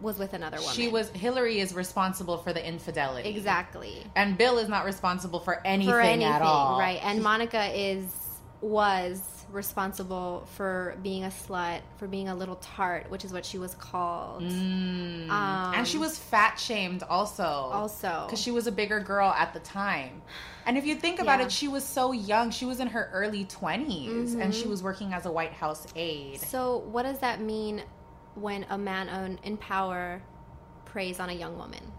[SPEAKER 6] was with another woman.
[SPEAKER 7] She was, Hillary is responsible for the infidelity.
[SPEAKER 6] exactly
[SPEAKER 7] And Bill is not responsible for anything,
[SPEAKER 6] for anything,
[SPEAKER 7] at all.
[SPEAKER 6] right? And Monica is was responsible for being a slut, for being a little tart, which is what she was called.
[SPEAKER 7] Mm.
[SPEAKER 6] Um,
[SPEAKER 7] and she was fat shamed also.
[SPEAKER 6] Also.
[SPEAKER 7] Because she was a bigger girl at the time. And if you think about
[SPEAKER 6] Yeah.
[SPEAKER 7] it, she was so young. She was in her early 20s and she
[SPEAKER 6] Mhm.
[SPEAKER 7] was working as a White House aide.
[SPEAKER 6] So, what does that mean when a man on- in power preys on a young woman?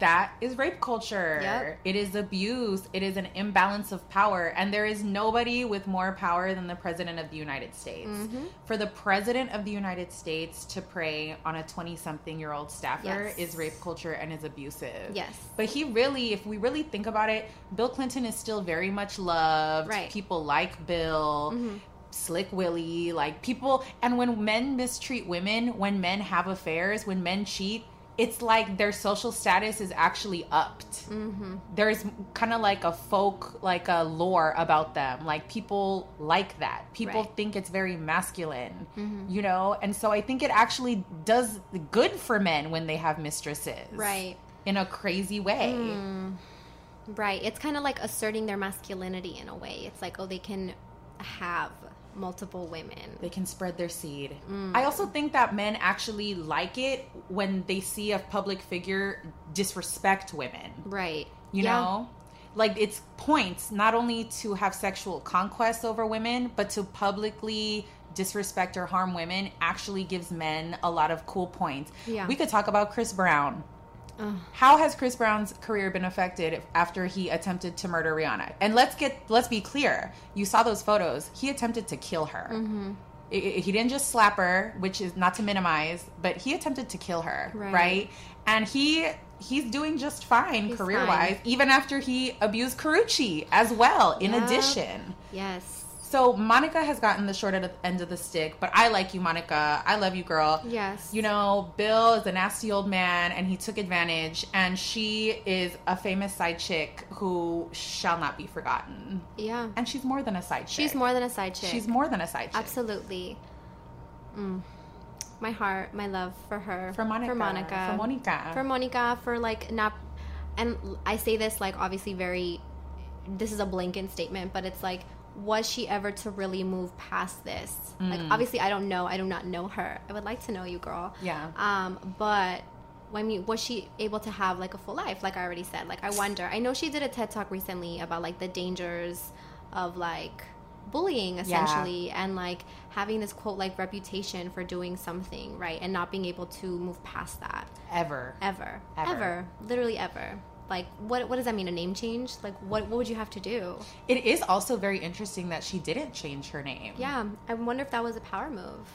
[SPEAKER 7] That is rape culture.
[SPEAKER 6] Yep.
[SPEAKER 7] It is abuse. It is an imbalance of power. And there is nobody with more power than the President of the United States.
[SPEAKER 6] Mhm.
[SPEAKER 7] For the President of the United States to prey on a 20 something year old staffer
[SPEAKER 6] Yes.
[SPEAKER 7] is rape culture and is abusive.
[SPEAKER 6] Yes.
[SPEAKER 7] But he really, if we really think about it, Bill Clinton is still very much loved.
[SPEAKER 6] Right.
[SPEAKER 7] People like Bill.
[SPEAKER 6] Mhm.
[SPEAKER 7] Slick Willie, like people, and when men mistreat women, when men have affairs, when men cheat, it's like their social status is actually upped.
[SPEAKER 6] Mm-hmm.
[SPEAKER 7] There's kind of like a folk, like a lore about them. Like people like that. People
[SPEAKER 6] Right.
[SPEAKER 7] think it's very masculine,
[SPEAKER 6] Mhm.
[SPEAKER 7] you know? And so I think it actually does good for men when they have mistresses.
[SPEAKER 6] Right.
[SPEAKER 7] In a crazy way.
[SPEAKER 6] Mm. Right. It's kind of like asserting their masculinity in a way. It's like, oh, they can have multiple women.
[SPEAKER 7] They can spread their seed. I also think that men actually like it when they see a public figure disrespect women.
[SPEAKER 6] Right.
[SPEAKER 7] You
[SPEAKER 6] Yeah.
[SPEAKER 7] know? Like it's points not only to have sexual conquest over women, but to publicly disrespect or harm women actually gives men a lot of cool points.
[SPEAKER 6] Yeah.
[SPEAKER 7] We could talk about Chris Brown. How has Chris Brown's career been affected if- after he attempted to murder Rihanna? And let's get let's be clear. You saw those photos. He attempted to kill her.
[SPEAKER 6] Mm-hmm.
[SPEAKER 7] I- I- he didn't just slap her, which is not to minimize, but he attempted to kill her,
[SPEAKER 6] Right.
[SPEAKER 7] right? And he he's doing just fine
[SPEAKER 6] He's
[SPEAKER 7] career wise, even after he abused Carucci as well. In
[SPEAKER 6] Yep.
[SPEAKER 7] addition,
[SPEAKER 6] Yes.
[SPEAKER 7] so Monica has gotten the short end of- end of the stick, but I like you, Monica. I love you, girl.
[SPEAKER 6] Yes.
[SPEAKER 7] You know, Bill is a nasty old man and he took advantage, and she is a famous side chick who shall not be forgotten.
[SPEAKER 6] Yeah.
[SPEAKER 7] And she's more than a side chick.
[SPEAKER 6] She's more than a side chick.
[SPEAKER 7] She's more than a side chick.
[SPEAKER 6] Absolutely. Mm. My heart, my love for her.
[SPEAKER 7] For Monica.
[SPEAKER 6] For Monica.
[SPEAKER 7] For Monica.
[SPEAKER 6] For Monica, for like not. And I say this like obviously very. This is a blanket statement, but it's like, was she ever to really move past this? Like, obviously, I don't know. I do not know her. I would like to know you, girl.
[SPEAKER 7] Mm. Yeah.
[SPEAKER 6] Um, but when you was she able to have like a full life? Like I already said, like I wonder. I know she did a TED talk recently about like the dangers of like bullying essentially and like having this quote like reputation for doing something right and not being able to move past that
[SPEAKER 7] Ever.
[SPEAKER 6] ever ever,
[SPEAKER 7] Ever.
[SPEAKER 6] literally ever like what what does that mean a name change like what what would you have to do
[SPEAKER 7] It is also very interesting that she didn't change her name.
[SPEAKER 6] yeah i wonder if that was a power move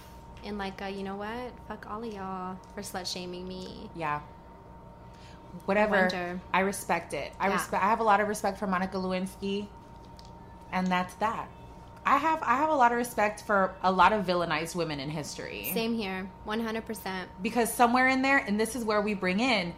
[SPEAKER 6] and like a, you know what fuck all of y'all for slut shaming me
[SPEAKER 7] Yeah. Whatever.
[SPEAKER 6] wonder.
[SPEAKER 7] I, respect it. I
[SPEAKER 6] Yeah.
[SPEAKER 7] respect. I have a lot of respect for Monica Lewinsky, and that's that. I have I have a lot of respect for a lot of villainized women in history.
[SPEAKER 6] Same here, 100%.
[SPEAKER 7] Because somewhere in there, and this is where we bring in,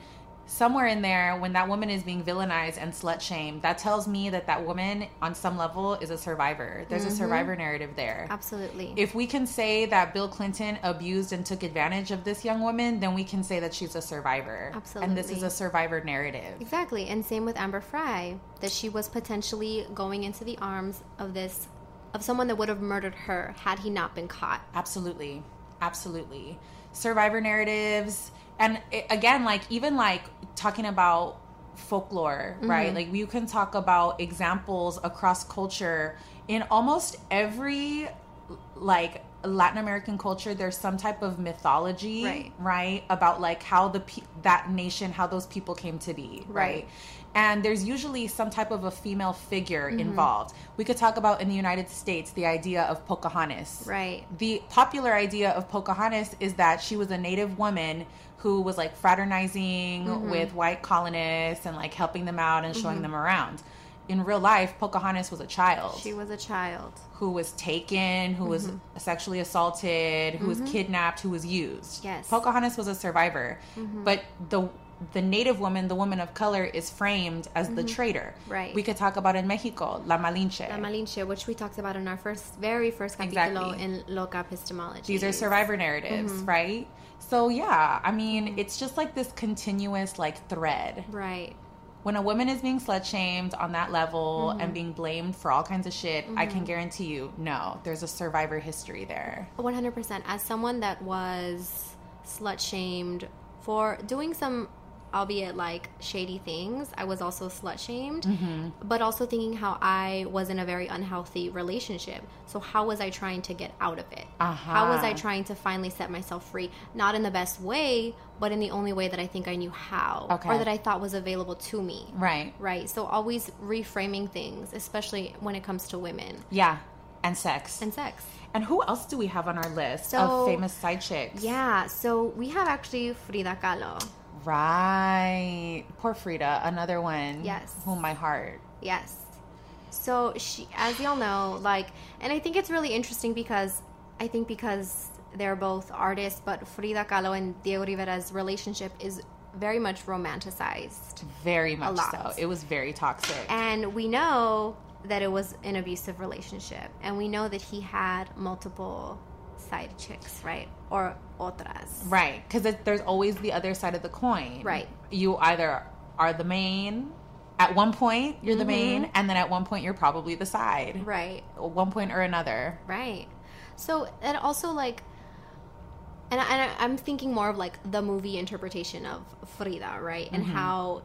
[SPEAKER 7] somewhere in there, when that woman is being villainized and slut shamed, that tells me that that woman, on some level, is a survivor. There's a survivor narrative there.
[SPEAKER 6] Mm-hmm. Absolutely.
[SPEAKER 7] If we can say that Bill Clinton abused and took advantage of this young woman, then we can say that she's a survivor. And this is
[SPEAKER 6] Absolutely.
[SPEAKER 7] a survivor narrative.
[SPEAKER 6] exactly. And same with Amber Fry, that she was potentially going into the arms of this of someone that would have murdered her had he not been caught.
[SPEAKER 7] Absolutely. Absolutely. Survivor narratives. And it, again, like, even like talking about folklore,
[SPEAKER 6] Mm-hmm.
[SPEAKER 7] right? Like, you can talk about examples across culture in almost every, like, Latin American culture, there's some type of mythology,
[SPEAKER 6] Right.
[SPEAKER 7] About like how the pe- that nation, how those people came to be,
[SPEAKER 6] Right.
[SPEAKER 7] right? and there's usually some type of a female figure
[SPEAKER 6] Mm-hmm.
[SPEAKER 7] involved. We could talk about in the United States the idea of Pocahontas.
[SPEAKER 6] Right.
[SPEAKER 7] The popular idea of Pocahontas is that she was a native woman who was like fraternizing
[SPEAKER 6] Mm-hmm.
[SPEAKER 7] with white colonists and like helping them out and showing them around. In real life, Pocahontas was a child
[SPEAKER 6] She Mm-hmm. was a child.
[SPEAKER 7] who was taken, who was sexually assaulted, who was kidnapped, who was used.
[SPEAKER 6] Mm-hmm. Yes. Mm-hmm.
[SPEAKER 7] Pocahontas was a survivor, but the the native woman, the woman of color, is framed as the traitor.
[SPEAKER 6] Mm-hmm. Right.
[SPEAKER 7] We could talk about in Mexico, La Malinche.
[SPEAKER 6] La Malinche, which we talked about in our first, very first capítulo
[SPEAKER 7] Exactly.
[SPEAKER 6] in Loca Epistemology.
[SPEAKER 7] These are survivor narratives,
[SPEAKER 6] Mm-hmm.
[SPEAKER 7] right? So yeah, I mean, it's just like this continuous like thread.
[SPEAKER 6] Right.
[SPEAKER 7] When a woman is being slut shamed on that level
[SPEAKER 6] Mm-hmm.
[SPEAKER 7] and being blamed for all kinds of shit, I can guarantee you, no, there's a survivor history there.
[SPEAKER 6] 100%. As someone that was slut shamed for doing some, albeit like shady things, I was also slut shamed,
[SPEAKER 7] Mm-hmm.
[SPEAKER 6] but also thinking how I was in a very unhealthy relationship. So, how was I trying to get out of it? How was I trying to finally set myself free? Not in the best way, but in the only way that I think I knew how or
[SPEAKER 7] Okay.
[SPEAKER 6] that I thought was available to me.
[SPEAKER 7] Right.
[SPEAKER 6] Mm-hmm. Right. So, always reframing things, especially when it comes to women
[SPEAKER 7] Yeah. And sex.
[SPEAKER 6] and sex.
[SPEAKER 7] And who else do we have on our list
[SPEAKER 6] So-
[SPEAKER 7] of famous side chicks?
[SPEAKER 6] Yeah, so we have actually Frida Kahlo.
[SPEAKER 7] Right. Poor Frida, another one.
[SPEAKER 6] Yes.
[SPEAKER 7] Who my heart.
[SPEAKER 6] Yes. So she, as y'all know, like, and I think it's really interesting because I think because they're both artists, but Frida Kahlo and Diego Rivera's relationship is very much romanticized,
[SPEAKER 7] Very much
[SPEAKER 6] lot.
[SPEAKER 7] so. It was very toxic.
[SPEAKER 6] and we know that it was an abusive relationship, and we know that he had multiple side chicks, right, or otras.
[SPEAKER 7] right. Because there's always the other side of the coin.
[SPEAKER 6] Right.
[SPEAKER 7] You either are the main at one point you're the main and then at one point you're probably the side
[SPEAKER 6] Mm-hmm. right
[SPEAKER 7] At one point or another
[SPEAKER 6] right so and also like and, I, and I- i'm thinking more of like the movie interpretation of frida right and
[SPEAKER 7] Mhm.
[SPEAKER 6] how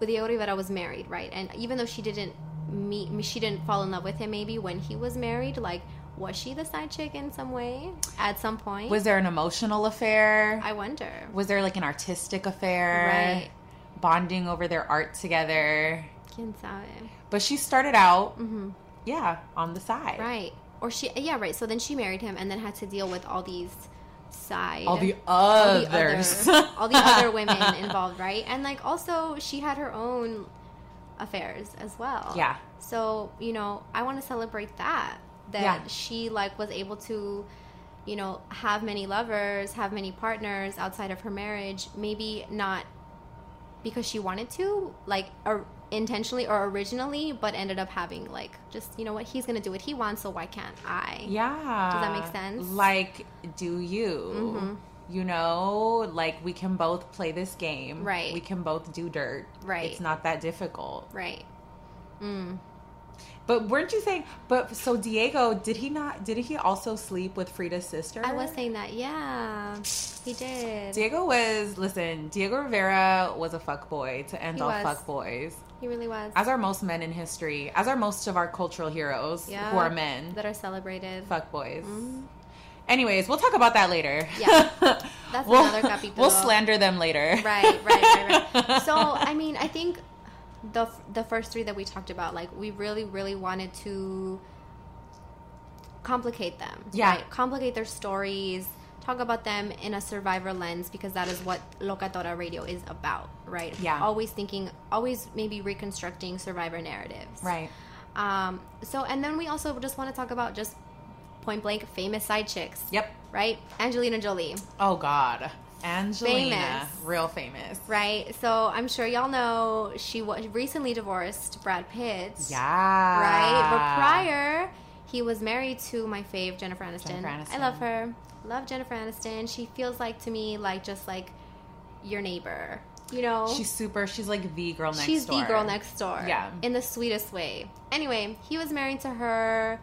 [SPEAKER 6] Diego Rivera was married right and even though she didn't meet she didn't fall in love with him maybe when he was married like was she the side chick in some way at some point
[SPEAKER 7] was there an emotional affair
[SPEAKER 6] i wonder
[SPEAKER 7] was there like an artistic affair
[SPEAKER 6] Right.
[SPEAKER 7] bonding over their art together
[SPEAKER 6] quién sabe
[SPEAKER 7] but she started out
[SPEAKER 6] Mhm.
[SPEAKER 7] yeah on the side
[SPEAKER 6] right or she yeah right so then she married him and then had to deal with all these side
[SPEAKER 7] All the
[SPEAKER 6] all the other-
[SPEAKER 7] others.
[SPEAKER 6] all the other women involved right and like also she had her own affairs as well
[SPEAKER 7] Yeah.
[SPEAKER 6] so you know i want to celebrate that that
[SPEAKER 7] Yeah.
[SPEAKER 6] she like was able to you know have many lovers have many partners outside of her marriage maybe not because she wanted to, like or intentionally or originally, but ended up having like just you know what he's gonna do what he wants, so why can't I?
[SPEAKER 7] Yeah.
[SPEAKER 6] Does that make sense?
[SPEAKER 7] Like, do
[SPEAKER 6] Mhm.
[SPEAKER 7] you? You know, like we can both play this game.
[SPEAKER 6] Right.
[SPEAKER 7] We can both do dirt.
[SPEAKER 6] Right.
[SPEAKER 7] It's not that difficult.
[SPEAKER 6] Right. Mm.
[SPEAKER 7] But weren't you saying? But so Diego, did he not? Did he also sleep with Frida's sister?
[SPEAKER 6] I was saying that. Yeah, he did.
[SPEAKER 7] Diego was listen. Diego Rivera was a fuck boy to end
[SPEAKER 6] He
[SPEAKER 7] all
[SPEAKER 6] was.
[SPEAKER 7] fuck boys.
[SPEAKER 6] He really was.
[SPEAKER 7] As are most men in history. As are most of our cultural heroes
[SPEAKER 6] yeah,
[SPEAKER 7] who are men.
[SPEAKER 6] that are celebrated.
[SPEAKER 7] Fuck boys. Anyways, we'll talk about that later.
[SPEAKER 6] Mm-hmm. Yeah, that's
[SPEAKER 7] we'll,
[SPEAKER 6] another capítulo.
[SPEAKER 7] we'll slander them later.
[SPEAKER 6] Right, right, right, right. so I mean, I think the the first three that we talked about, like we really, really wanted to complicate them.
[SPEAKER 7] Yeah.
[SPEAKER 6] right? complicate their stories. Talk about them in a survivor lens because that is what Locatora Radio is about, right?
[SPEAKER 7] Yeah.
[SPEAKER 6] Always thinking, always maybe reconstructing survivor narratives.
[SPEAKER 7] Right.
[SPEAKER 6] Um, so, and then we also just want to talk about just point blank famous side chicks.
[SPEAKER 7] Yep.
[SPEAKER 6] Right? Angelina Jolie.
[SPEAKER 7] Oh God, Angelina,
[SPEAKER 6] Famous.
[SPEAKER 7] real famous.
[SPEAKER 6] Right. So I'm sure y'all know she was recently divorced Brad Pitt.
[SPEAKER 7] Yeah.
[SPEAKER 6] Right. But prior, he was married to my fave Jennifer Aniston.
[SPEAKER 7] Jennifer Aniston.
[SPEAKER 6] I love her. Love Jennifer Aniston. She feels like to me like just like your neighbor. You know.
[SPEAKER 7] she's super. She's like the girl next
[SPEAKER 6] She's
[SPEAKER 7] door.
[SPEAKER 6] the girl next door.
[SPEAKER 7] Yeah.
[SPEAKER 6] In the sweetest way. Anyway, he was married to her.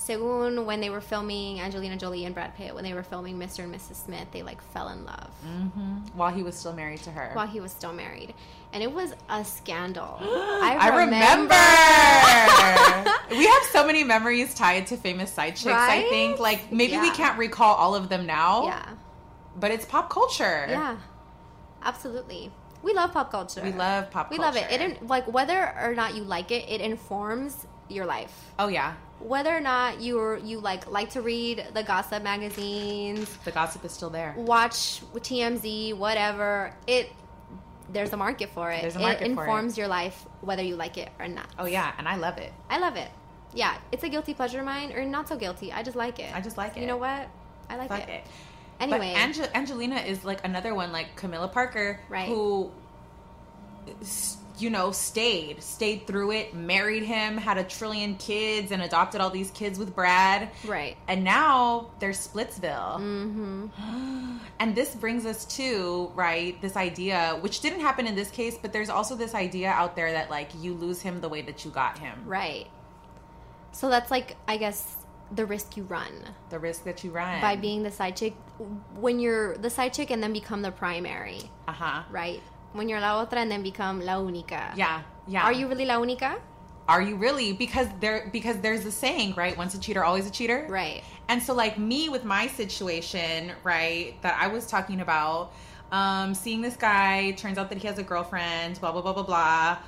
[SPEAKER 6] Segun, when they were filming Angelina Jolie and Brad Pitt, when they were filming Mr. and Mrs. Smith, they like fell in love
[SPEAKER 7] hmm While he was still married to her.
[SPEAKER 6] while he was still married, and it was a scandal.
[SPEAKER 7] I remember. we have so many memories tied to famous side chicks. I
[SPEAKER 6] Right?
[SPEAKER 7] think like maybe we
[SPEAKER 6] Yeah.
[SPEAKER 7] can't recall all of them now.
[SPEAKER 6] Yeah,
[SPEAKER 7] But it's pop culture.
[SPEAKER 6] yeah, absolutely. We love pop culture.
[SPEAKER 7] We love pop.
[SPEAKER 6] We
[SPEAKER 7] culture.
[SPEAKER 6] love it. It in- like whether or not you like it, it informs your life.
[SPEAKER 7] Oh yeah,
[SPEAKER 6] Whether or not you are you like like to read the gossip magazines,
[SPEAKER 7] the gossip is still there.
[SPEAKER 6] watch TMZ, whatever it. There's a market for it.
[SPEAKER 7] There's a
[SPEAKER 6] it
[SPEAKER 7] market for it.
[SPEAKER 6] informs your life whether you like it or not.
[SPEAKER 7] Oh yeah, and I love it.
[SPEAKER 6] I love it. Yeah, it's a guilty pleasure of mine, or not so guilty. I just like it.
[SPEAKER 7] I just like it.
[SPEAKER 6] You know what? I like
[SPEAKER 7] Fuck
[SPEAKER 6] it.
[SPEAKER 7] it.
[SPEAKER 6] Anyway,
[SPEAKER 7] but Angel- Angelina is like another one, like Camilla Parker,
[SPEAKER 6] Right.
[SPEAKER 7] Who, s- you know, stayed, stayed through it, married him, had a trillion kids, and adopted all these kids with Brad,
[SPEAKER 6] right?
[SPEAKER 7] and now they're Splitsville.
[SPEAKER 6] Mm-hmm.
[SPEAKER 7] And this brings us to, right, this idea, which didn't happen in this case, but there's also this idea out there that, like, you lose him the way that you got him.
[SPEAKER 6] Right. So that's like, I guess, the risk you run
[SPEAKER 7] The risk that you run.
[SPEAKER 6] by being the side chick when you're the side chick and then become the primary,
[SPEAKER 7] Uh huh.
[SPEAKER 6] right? When you're la otra and then become la única.
[SPEAKER 7] Yeah. Yeah.
[SPEAKER 6] Are you really la única?
[SPEAKER 7] Are you really? Because there, because there's a saying, right? Once a cheater, always a cheater.
[SPEAKER 6] Right.
[SPEAKER 7] And so, like me with my situation, right, that I was talking about, um, seeing this guy, turns out that he has a girlfriend, blah, blah, blah, blah, blah.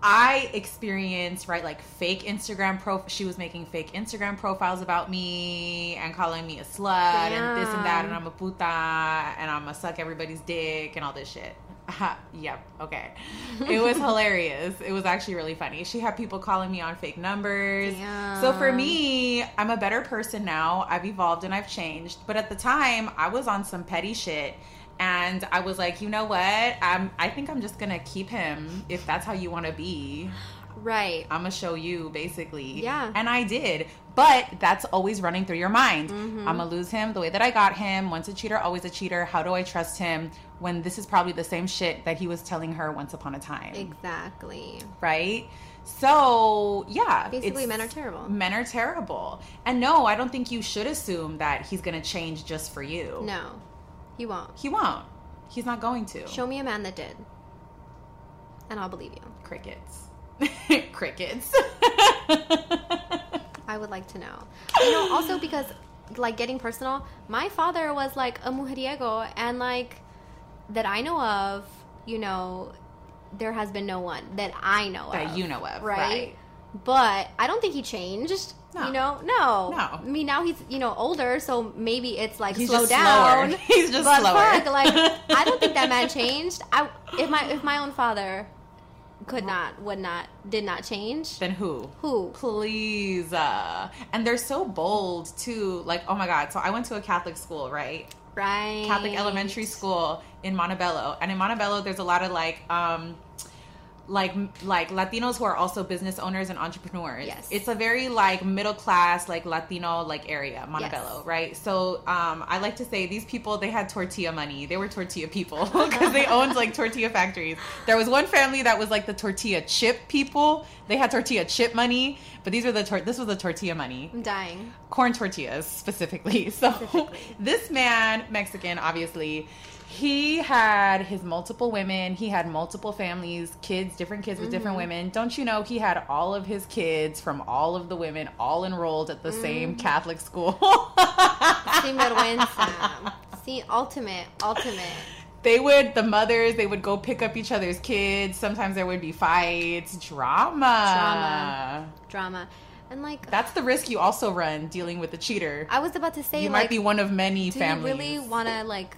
[SPEAKER 7] I experienced, right, like fake Instagram prof. She was making fake Instagram profiles about me and calling me a slut and this and that, and I'm a puta and I'm gonna suck everybody's dick and all this shit. yep, okay. It was hilarious. It was actually really funny. She had people calling me on fake numbers. So for
[SPEAKER 6] Damn.
[SPEAKER 7] me, me, I'm a better person now. I've evolved and I've changed. But at the time, I was on some petty shit. And I was like, you know what? I'm, I think I'm just going to keep him if that's how you want to be.
[SPEAKER 6] Right.
[SPEAKER 7] I'm gonna show you basically.
[SPEAKER 6] Yeah.
[SPEAKER 7] And I did. But that's always running through your mind.
[SPEAKER 6] Mhm.
[SPEAKER 7] I'm gonna lose him the way that I got him. Once a cheater, always a cheater. How do I trust him when this is probably the same shit that he was telling her once upon a time?
[SPEAKER 6] Exactly.
[SPEAKER 7] Right? So, yeah.
[SPEAKER 6] Basically,
[SPEAKER 7] it's-
[SPEAKER 6] men are terrible.
[SPEAKER 7] Men are terrible. And no, I don't think you should assume that he's gonna change just for you.
[SPEAKER 6] No, he won't.
[SPEAKER 7] He won't. He's not going to.
[SPEAKER 6] Show me a man that did, and I'll believe you.
[SPEAKER 7] Crickets. Crickets.
[SPEAKER 6] I would like to know. You know, also because, like, getting personal, my father was like a mujeriego, and like, that I know of, you know, there has been no one that I know
[SPEAKER 7] That
[SPEAKER 6] of.
[SPEAKER 7] you know of, right.
[SPEAKER 6] But I don't think he changed. You know, no. No. I mean, now he's, you know, older, so maybe it's like
[SPEAKER 7] He's
[SPEAKER 6] slow
[SPEAKER 7] just
[SPEAKER 6] down.
[SPEAKER 7] slower. He's just
[SPEAKER 6] but
[SPEAKER 7] slower.
[SPEAKER 6] Fuck, like, I don't think that man changed. I, if my, if my own father could not, would not, did not change,
[SPEAKER 7] then who?
[SPEAKER 6] Who?
[SPEAKER 7] Please. Uh, and they're so bold too. Like, oh my God. So I went to a Catholic school, right?
[SPEAKER 6] Right.
[SPEAKER 7] Catholic elementary school in Montebello. And in Montebello, there's a lot of like, um, like like Latinos who are also business owners and entrepreneurs.
[SPEAKER 6] Yes.
[SPEAKER 7] It's a very like middle class like Latino like area, Montebello,
[SPEAKER 6] Yes.
[SPEAKER 7] right? So um, I like to say these people they had tortilla money. They were tortilla people because they owned like tortilla factories. There was one family that was like the tortilla chip people. They had tortilla chip money, but these were the tor- this was the tortilla money
[SPEAKER 6] I'm dying.
[SPEAKER 7] corn tortillas specifically. So this man, Mexican, obviously, he had his multiple women, he had multiple families, kids, different kids with different
[SPEAKER 9] Mhm.
[SPEAKER 6] Mm-hmm.
[SPEAKER 7] women. Don't you know he had all of his kids from all of the women all enrolled at the same
[SPEAKER 6] Mm-hmm.
[SPEAKER 7] Catholic school?
[SPEAKER 6] Sinvergüenza. See, ultimate, ultimate.
[SPEAKER 7] they would the mothers they would go pick up each other's kids sometimes there would be fights drama
[SPEAKER 6] Drama. Drama. And like,
[SPEAKER 7] that's the risk you also run dealing with a cheater
[SPEAKER 6] I was about to say,
[SPEAKER 7] you
[SPEAKER 6] like,
[SPEAKER 7] might be one of many
[SPEAKER 6] do
[SPEAKER 7] families
[SPEAKER 6] you really want to like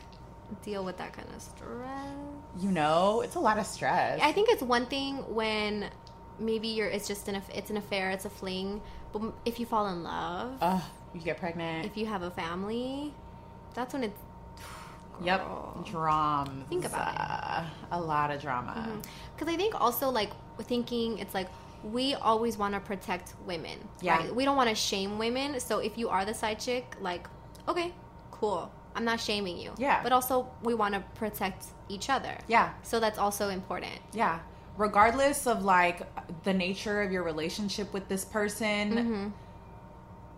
[SPEAKER 6] deal with that kind of stress?
[SPEAKER 7] you know it's a lot of stress
[SPEAKER 6] I think it's one thing when maybe you're it's just an aff- it's an affair, it's a fling, but m- if you fall in love,
[SPEAKER 7] Ugh, Oh, you get pregnant
[SPEAKER 6] if you have a family, that's when it's
[SPEAKER 7] yep drama
[SPEAKER 6] Think about Mm-hmm.
[SPEAKER 7] a lot of drama
[SPEAKER 6] because I think also like thinking it's like we always want to protect women.
[SPEAKER 7] Yeah.
[SPEAKER 6] right? we don't want to shame women. So if you are the side chick, like okay, cool. I'm not shaming you.
[SPEAKER 7] Yeah.
[SPEAKER 6] But also we want to protect each other.
[SPEAKER 7] Yeah.
[SPEAKER 6] So that's also important.
[SPEAKER 7] yeah regardless of like the nature of your relationship with this person
[SPEAKER 6] Mm-hmm.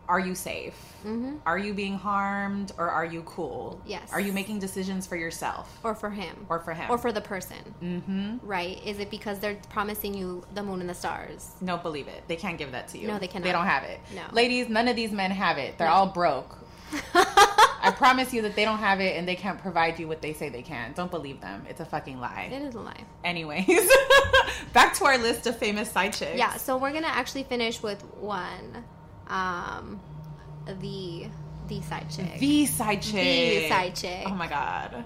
[SPEAKER 7] are you safe
[SPEAKER 6] Mhm.
[SPEAKER 7] are you being harmed or are you cool
[SPEAKER 6] Yes.
[SPEAKER 7] are you making decisions for yourself
[SPEAKER 6] Or for him.
[SPEAKER 7] or for him
[SPEAKER 6] Or for the person.
[SPEAKER 7] mm-hmm
[SPEAKER 6] Right? Is it because they're promising you the moon and the stars?
[SPEAKER 7] no believe it they can't give that to you
[SPEAKER 6] No, they cannot.
[SPEAKER 7] they don't have it
[SPEAKER 6] No.
[SPEAKER 7] ladies none of these men have it they're
[SPEAKER 6] No.
[SPEAKER 7] all broke I promise you that they don't have it and they can't provide you what they say they can. Don't believe them. It's a fucking lie.
[SPEAKER 6] It is a lie.
[SPEAKER 7] Anyways, back to our list of famous side chicks.
[SPEAKER 6] Yeah, so we're gonna actually finish with one, um, the the side chick,
[SPEAKER 7] The side chick.
[SPEAKER 6] the side chick,
[SPEAKER 7] Oh my god.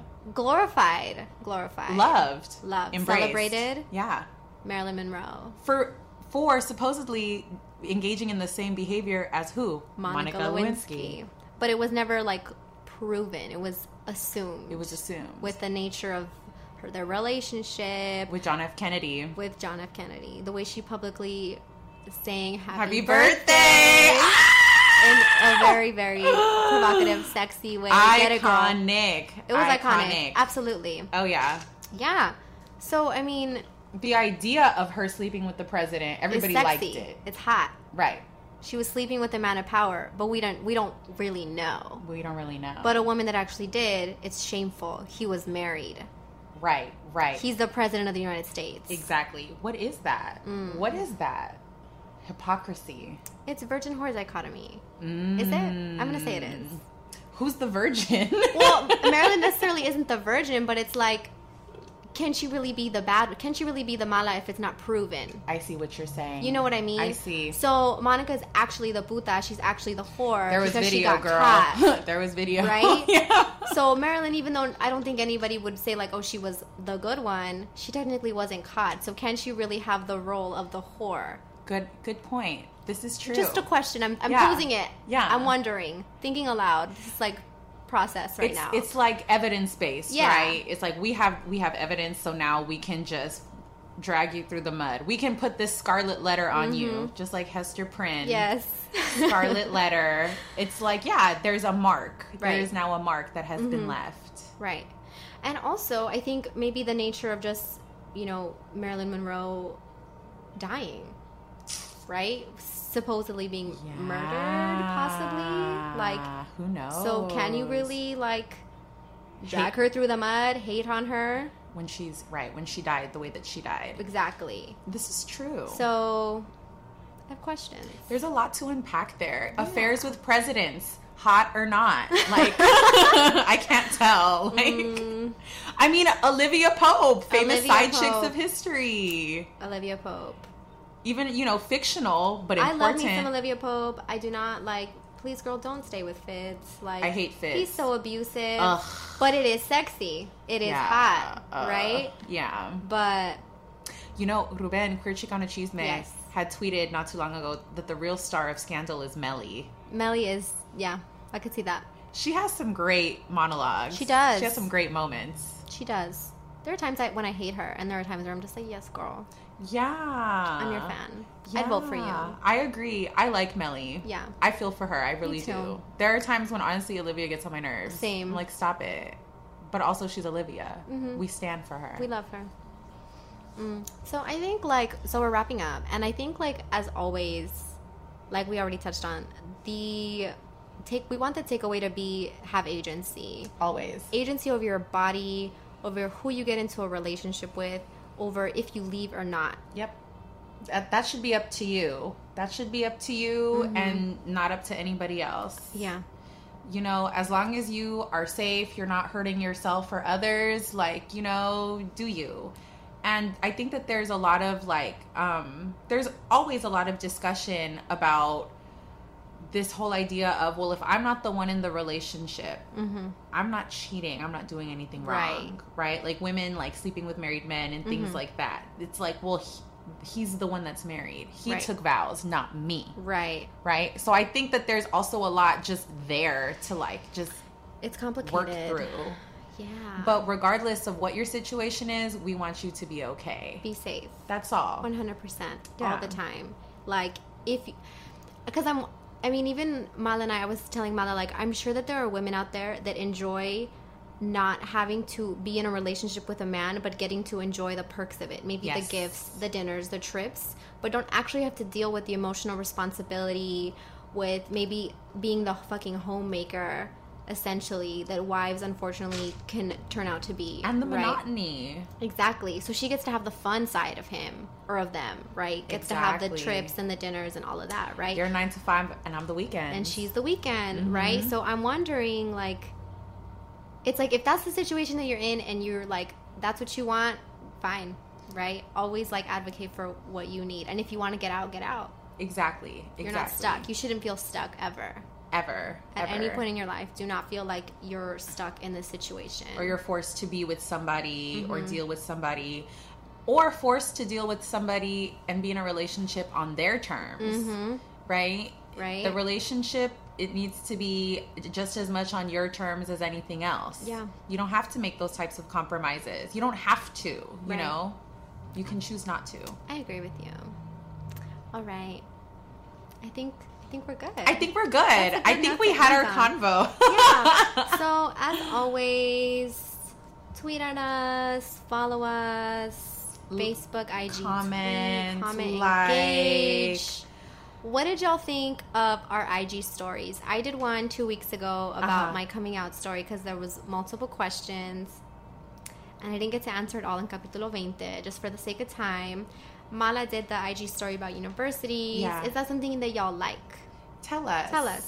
[SPEAKER 6] glorified, glorified,
[SPEAKER 7] Loved.
[SPEAKER 6] loved,
[SPEAKER 7] Embraced.
[SPEAKER 6] celebrated,
[SPEAKER 7] Yeah.
[SPEAKER 6] Marilyn Monroe,
[SPEAKER 7] For for supposedly engaging in the same behavior as who?
[SPEAKER 6] Monica, Lewinsky. but it was never like proven; it was assumed.
[SPEAKER 7] It was assumed.
[SPEAKER 6] with the nature of her, their relationship
[SPEAKER 7] With John F. Kennedy.
[SPEAKER 6] with John F. Kennedy, the way she publicly sang "Happy,
[SPEAKER 7] Happy
[SPEAKER 6] Birthday."
[SPEAKER 7] birthday!
[SPEAKER 6] in a very, very provocative, sexy way. Get it, girl.
[SPEAKER 7] Iconic.
[SPEAKER 6] It was iconic. Absolutely.
[SPEAKER 7] Oh yeah.
[SPEAKER 6] Yeah. So I mean,
[SPEAKER 7] The idea of her sleeping with the president, everybody
[SPEAKER 6] it's
[SPEAKER 7] liked
[SPEAKER 6] sexy.
[SPEAKER 7] it.
[SPEAKER 6] It's hot.
[SPEAKER 7] Right.
[SPEAKER 6] She was sleeping with a man of power, but we don't we don't really know.
[SPEAKER 7] We don't really know.
[SPEAKER 6] But a woman that actually did, it's shameful. He was married.
[SPEAKER 7] right, right.
[SPEAKER 6] He's the president of the United States.
[SPEAKER 7] exactly. What is that?
[SPEAKER 6] Mm.
[SPEAKER 7] What is that? Hypocrisy.
[SPEAKER 6] It's virgin whore dichotomy. Is it?
[SPEAKER 7] Mm.
[SPEAKER 6] I'm gonna say it is.
[SPEAKER 7] Who's the virgin?
[SPEAKER 6] Well, Marilyn necessarily isn't the virgin, but it's like, can she really be the bad? Can she really be the mala if it's not proven?
[SPEAKER 7] I see what you're saying.
[SPEAKER 6] You know what I mean?
[SPEAKER 7] I see.
[SPEAKER 6] So Monica's actually the puta. She's actually the whore.
[SPEAKER 7] there was
[SPEAKER 6] because she
[SPEAKER 7] video,
[SPEAKER 6] got caught,
[SPEAKER 7] girl. there was video.
[SPEAKER 6] right? So Marilyn, even though I don't think anybody would say like, "Oh, she was the good one," she technically wasn't caught. So can she really have the role of the whore?
[SPEAKER 7] Good good point. This is true.
[SPEAKER 6] Just a question. I'm, I'm
[SPEAKER 7] Yeah.
[SPEAKER 6] posing it.
[SPEAKER 7] Yeah.
[SPEAKER 6] I'm wondering, thinking aloud. This is like process right
[SPEAKER 7] it's,
[SPEAKER 6] now.
[SPEAKER 7] It's like evidence based,
[SPEAKER 6] Yeah.
[SPEAKER 7] right? It's like we have we have evidence, so now we can just drag you through the mud. We can put this scarlet letter on you, just like Hester Prynne.
[SPEAKER 6] Mm-hmm. Yes.
[SPEAKER 7] scarlet letter. It's like, yeah, there's a mark.
[SPEAKER 6] Right.
[SPEAKER 7] There is now a mark that has been
[SPEAKER 6] Mhm.
[SPEAKER 7] left.
[SPEAKER 6] Right. And also, I think maybe the nature of just, you know, Marilyn Monroe dying, right? Supposedly being murdered, possibly. Like,
[SPEAKER 7] Ah, who knows?
[SPEAKER 6] so can
[SPEAKER 7] Oh.
[SPEAKER 6] you really, like, drag her through the mud, hate on her?
[SPEAKER 7] when she's right when she died the way that she died?
[SPEAKER 6] Exactly.
[SPEAKER 7] This is true.
[SPEAKER 6] So, I have questions.
[SPEAKER 7] There's a lot to unpack there. Affairs with presidents, hot or not. Like I can't tell. Like I mean Olivia Pope, famous
[SPEAKER 6] Mm-hmm. Olivia
[SPEAKER 7] side
[SPEAKER 6] Pope.
[SPEAKER 7] chicks of history.
[SPEAKER 6] Olivia Pope.
[SPEAKER 7] Even, you know, fictional but
[SPEAKER 6] I
[SPEAKER 7] important.
[SPEAKER 6] love me some Olivia Pope. I do not like. Please, girl, don't stay with Fitz. Like
[SPEAKER 7] I hate Fitz.
[SPEAKER 6] He's so abusive.
[SPEAKER 7] Ugh.
[SPEAKER 6] But it is sexy. It is
[SPEAKER 7] Yeah,
[SPEAKER 6] hot,
[SPEAKER 7] uh,
[SPEAKER 6] right?
[SPEAKER 7] Yeah.
[SPEAKER 6] But
[SPEAKER 7] You know, Ruben, Queer Chick on a Cheese Man,
[SPEAKER 6] Yes.
[SPEAKER 7] had tweeted not too long ago that the real star of Scandal is Melly.
[SPEAKER 6] Melly is, yeah, I could see that.
[SPEAKER 7] She has some great monologues.
[SPEAKER 6] She does.
[SPEAKER 7] She has some great moments.
[SPEAKER 6] She does. There are times I, when I hate her, and there are times where I'm just like, yes, girl,
[SPEAKER 7] Yeah.
[SPEAKER 6] I'm your fan. I'd vote for you.
[SPEAKER 7] Uh-huh. Yeah, I agree. I like Melly.
[SPEAKER 6] Yeah.
[SPEAKER 7] I feel for her. I really
[SPEAKER 6] too.
[SPEAKER 7] do. There are times when honestly Olivia gets on my nerves.
[SPEAKER 6] Same.
[SPEAKER 7] I'm like, stop it. But also she's Olivia.
[SPEAKER 6] Mhm.
[SPEAKER 7] We stand for her.
[SPEAKER 6] We love her. Mm. So I think like so we're wrapping up, and I think like as always, like we already touched on the take. We want the takeaway to be have agency,
[SPEAKER 7] always.
[SPEAKER 6] agency over your body, over who you get into a relationship with, over if you leave or not.
[SPEAKER 7] Yep. That, that should be up to you. That should be up to you
[SPEAKER 6] Mm-hmm.
[SPEAKER 7] and not up to anybody else.
[SPEAKER 6] Yeah,
[SPEAKER 7] You know, as long as you are safe, you're not hurting yourself or others, like, you know, do you? And I think that there's a lot of like, um, there's always a lot of discussion about this whole idea of, well, if I'm not the one in the relationship,
[SPEAKER 6] mm-hmm.
[SPEAKER 7] I'm not cheating. I'm not doing anything
[SPEAKER 6] Right.
[SPEAKER 7] wrong. Right. Like women like sleeping with married men and things
[SPEAKER 6] Mhm.
[SPEAKER 7] like that. It's like, well, he, he's the one that's married. He
[SPEAKER 6] Right.
[SPEAKER 7] took vows, not me.
[SPEAKER 6] right.
[SPEAKER 7] Right. So I think that there's also a lot just there to like just
[SPEAKER 6] It's complicated.
[SPEAKER 7] work through.
[SPEAKER 6] Uh-huh. Yeah,
[SPEAKER 7] But regardless of what your situation is, we want you to be okay.
[SPEAKER 6] be safe.
[SPEAKER 7] That's all.
[SPEAKER 6] One hundred percent, all
[SPEAKER 7] Yeah.
[SPEAKER 6] the time. Like if, because I'm, I mean, even Mala and I, I was telling Mala like I'm sure that there are women out there that enjoy not having to be in a relationship with a man, but getting to enjoy the perks of it. Maybe
[SPEAKER 7] Yes.
[SPEAKER 6] the gifts, the dinners, the trips, but don't actually have to deal with the emotional responsibility with maybe being the fucking homemaker essentially that wives unfortunately can turn out to be
[SPEAKER 7] And the
[SPEAKER 6] right?
[SPEAKER 7] monotony.
[SPEAKER 6] Exactly. So she gets to have the fun side of him or of them, right? Gets to have the
[SPEAKER 7] Exactly.
[SPEAKER 6] trips and the dinners and all of that, right?
[SPEAKER 7] You're Mm-hmm. nine to five and I'm the weekend.
[SPEAKER 6] and she's the weekend, right? So I'm wondering, like, it's like if that's the situation that you're in and you're like, that's what you want, fine, right? Always like advocate for what you need. And if you want to get out, get out.
[SPEAKER 7] Exactly. Exactly.
[SPEAKER 6] You're not stuck. You shouldn't feel stuck ever.
[SPEAKER 7] Ever.
[SPEAKER 6] At any
[SPEAKER 7] ever.
[SPEAKER 6] point in your life, do not feel like you're stuck in this situation.
[SPEAKER 7] or you're forced to be with somebody or
[SPEAKER 6] Mm-hmm.
[SPEAKER 7] deal with somebody or forced to deal with somebody and be in a relationship on their terms right
[SPEAKER 6] Mm-hmm. Right.
[SPEAKER 7] the relationship it needs to be just as much on your terms as anything else
[SPEAKER 6] Yeah.
[SPEAKER 7] you don't have to make those types of compromises you don't have to you
[SPEAKER 6] Right.
[SPEAKER 7] know you can choose not to
[SPEAKER 6] I agree with you. All right. I think I think we're good.
[SPEAKER 7] i think we're good,
[SPEAKER 6] a good
[SPEAKER 7] i think we
[SPEAKER 6] note to
[SPEAKER 7] had our
[SPEAKER 6] end
[SPEAKER 7] convo
[SPEAKER 6] yeah. So as always, tweet at us, follow us, Facebook, IG, tweet,
[SPEAKER 7] comment,
[SPEAKER 6] comment,
[SPEAKER 7] like.
[SPEAKER 6] engage. What did y'all think of our IG stories? I did one two weeks ago about
[SPEAKER 7] Uh-huh.
[SPEAKER 6] my coming out story because there was multiple questions, and I didn't get to answer it all in Capítulo 20, just for the sake of time. Mala did the IG story about universities.
[SPEAKER 7] Yeah.
[SPEAKER 6] Is that something that y'all like?
[SPEAKER 7] Tell us.
[SPEAKER 6] Tell us.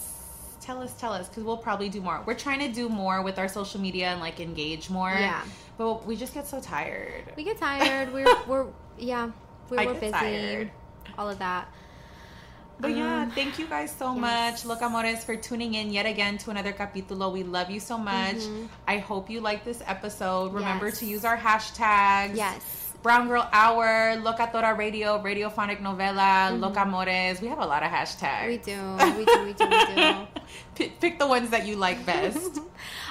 [SPEAKER 7] Tell us, tell us, because we'll probably do more. We're trying to do more with our social media and like engage more.
[SPEAKER 6] Yeah.
[SPEAKER 7] But we just get so tired.
[SPEAKER 6] We get tired. We're we're yeah. We
[SPEAKER 7] I
[SPEAKER 6] were
[SPEAKER 7] get
[SPEAKER 6] busy.
[SPEAKER 7] tired.
[SPEAKER 6] All of that.
[SPEAKER 7] but yeah, thank you guys so
[SPEAKER 6] uh-huh. yes.
[SPEAKER 7] much, Look Amores, for tuning in yet again to another capítulo. We love you so much. I hope you like this episode.
[SPEAKER 6] Mm-hmm.
[SPEAKER 7] Remember
[SPEAKER 6] Yes.
[SPEAKER 7] to use our hashtags.
[SPEAKER 6] Yes.
[SPEAKER 7] Brown Girl Hour, Locatora Radio, Radiophonic Novela, Locamores. We have a lot of hashtags.
[SPEAKER 6] Mm-hmm. We do. We do. We do. We do.
[SPEAKER 7] Pick, pick the ones that you like best.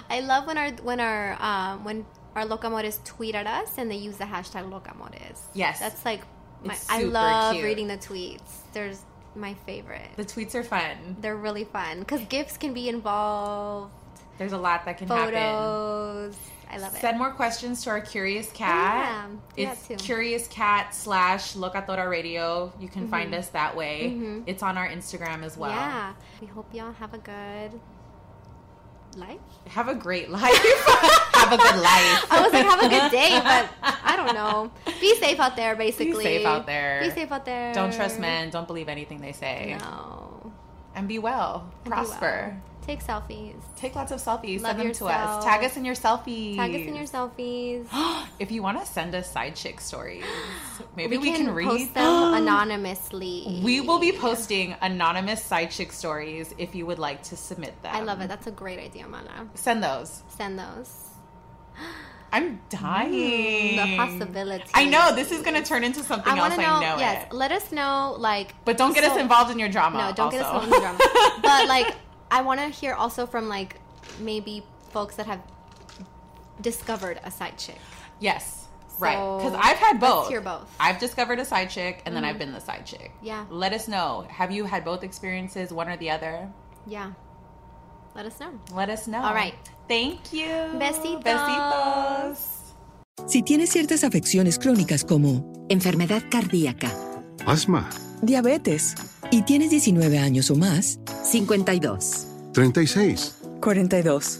[SPEAKER 6] I love when our when our um, when our locamores tweet at us and they use the hashtag locamores.
[SPEAKER 7] Yes.
[SPEAKER 6] That's like, my,
[SPEAKER 7] It's
[SPEAKER 6] I
[SPEAKER 7] super
[SPEAKER 6] love
[SPEAKER 7] cute.
[SPEAKER 6] reading the tweets. There's my favorite.
[SPEAKER 7] The tweets are fun.
[SPEAKER 6] They're really fun because gifts can be involved,
[SPEAKER 7] There's a lot that can happen.
[SPEAKER 6] photos. I love it.
[SPEAKER 7] Send more questions to our Curious Cat.
[SPEAKER 6] yeah. Do
[SPEAKER 7] It's
[SPEAKER 6] that too.
[SPEAKER 7] Curious Cat slash Locatora Radio. You can find
[SPEAKER 6] Mhm.
[SPEAKER 7] us that way.
[SPEAKER 6] Mhm.
[SPEAKER 7] It's on our Instagram as well.
[SPEAKER 6] Yeah. We hope y'all have a good life.
[SPEAKER 7] Have a great life. have a good life.
[SPEAKER 6] I was like, have a good day, but I don't know. Be safe out there, basically.
[SPEAKER 7] Be safe out there.
[SPEAKER 6] Be safe out there.
[SPEAKER 7] Don't trust men. Don't believe anything they say.
[SPEAKER 6] No.
[SPEAKER 7] And be well.
[SPEAKER 6] And be
[SPEAKER 7] Prosper.
[SPEAKER 6] well. Take selfies.
[SPEAKER 7] Take lots of selfies.
[SPEAKER 6] Love
[SPEAKER 7] send them to
[SPEAKER 6] yourself.
[SPEAKER 7] us. Tag us in your selfies.
[SPEAKER 6] Tag us in your selfies.
[SPEAKER 7] If you want to send us side chick stories, maybe we, can, read
[SPEAKER 6] post them anonymously.
[SPEAKER 7] We will be posting anonymous side chick stories if you would like to submit them.
[SPEAKER 6] I love it. That's a great idea, Mana.
[SPEAKER 7] Send those.
[SPEAKER 6] Send those.
[SPEAKER 7] I'm dying.
[SPEAKER 6] The Mm, possibility.
[SPEAKER 7] I know this is going to turn into something
[SPEAKER 6] I
[SPEAKER 7] else.
[SPEAKER 6] want to
[SPEAKER 7] I
[SPEAKER 6] know.
[SPEAKER 7] know
[SPEAKER 6] yes,
[SPEAKER 7] it.
[SPEAKER 6] let us know. Like,
[SPEAKER 7] But don't get us
[SPEAKER 6] so-
[SPEAKER 7] involved in your drama.
[SPEAKER 6] No, don't get us
[SPEAKER 7] also.
[SPEAKER 6] involved in drama. but like, I want to hear also from like maybe folks that have discovered a side chick.
[SPEAKER 7] Yes. Right. Because
[SPEAKER 6] So,
[SPEAKER 7] I've had
[SPEAKER 6] let's
[SPEAKER 7] both.
[SPEAKER 6] hear both.
[SPEAKER 7] I've discovered a side chick and then
[SPEAKER 6] Mhm.
[SPEAKER 7] I've been the side chick.
[SPEAKER 6] Yeah.
[SPEAKER 7] Let us know. Have you had both experiences, one or the other?
[SPEAKER 6] Yeah. Let us know.
[SPEAKER 7] Let us know.
[SPEAKER 6] All right.
[SPEAKER 7] Thank you.
[SPEAKER 6] Besitos.
[SPEAKER 7] Besitos.
[SPEAKER 9] Si tienes ciertas afecciones crónicas como enfermedad cardíaca,
[SPEAKER 10] Asma,
[SPEAKER 9] diabetes y tienes 19 años o más, 52,
[SPEAKER 10] 36.
[SPEAKER 9] 42.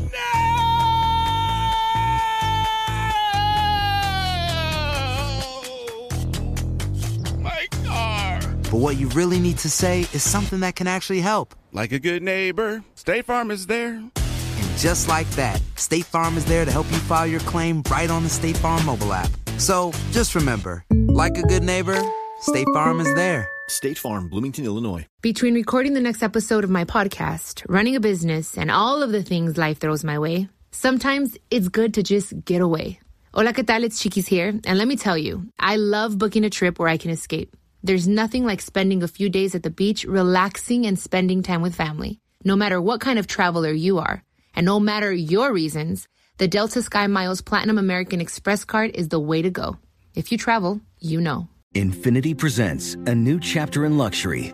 [SPEAKER 11] My car.
[SPEAKER 12] but what you really need to say is something that can actually help.
[SPEAKER 11] Like a good neighbor, State Farm is there.
[SPEAKER 12] And just like that, State Farm is there to help you file your claim right on the State Farm mobile app. So just remember, like a good neighbor, State Farm is there.
[SPEAKER 1] State Farm, Bloomington, Illinois.
[SPEAKER 2] Between recording the next episode of my podcast, running a business, and all of the things life throws my way, sometimes it's good to just get away. Hola, ¿qué tal? It's Chiquis here, and let me tell you, I love booking a trip where I can escape. There's nothing like spending a few days at the beach, relaxing, and spending time with family. No matter what kind of traveler you are, and no matter your reasons, the Delta Sky Miles Platinum American Express card is the way to go. If you travel, you know.
[SPEAKER 13] Infinity presents a new chapter in luxury,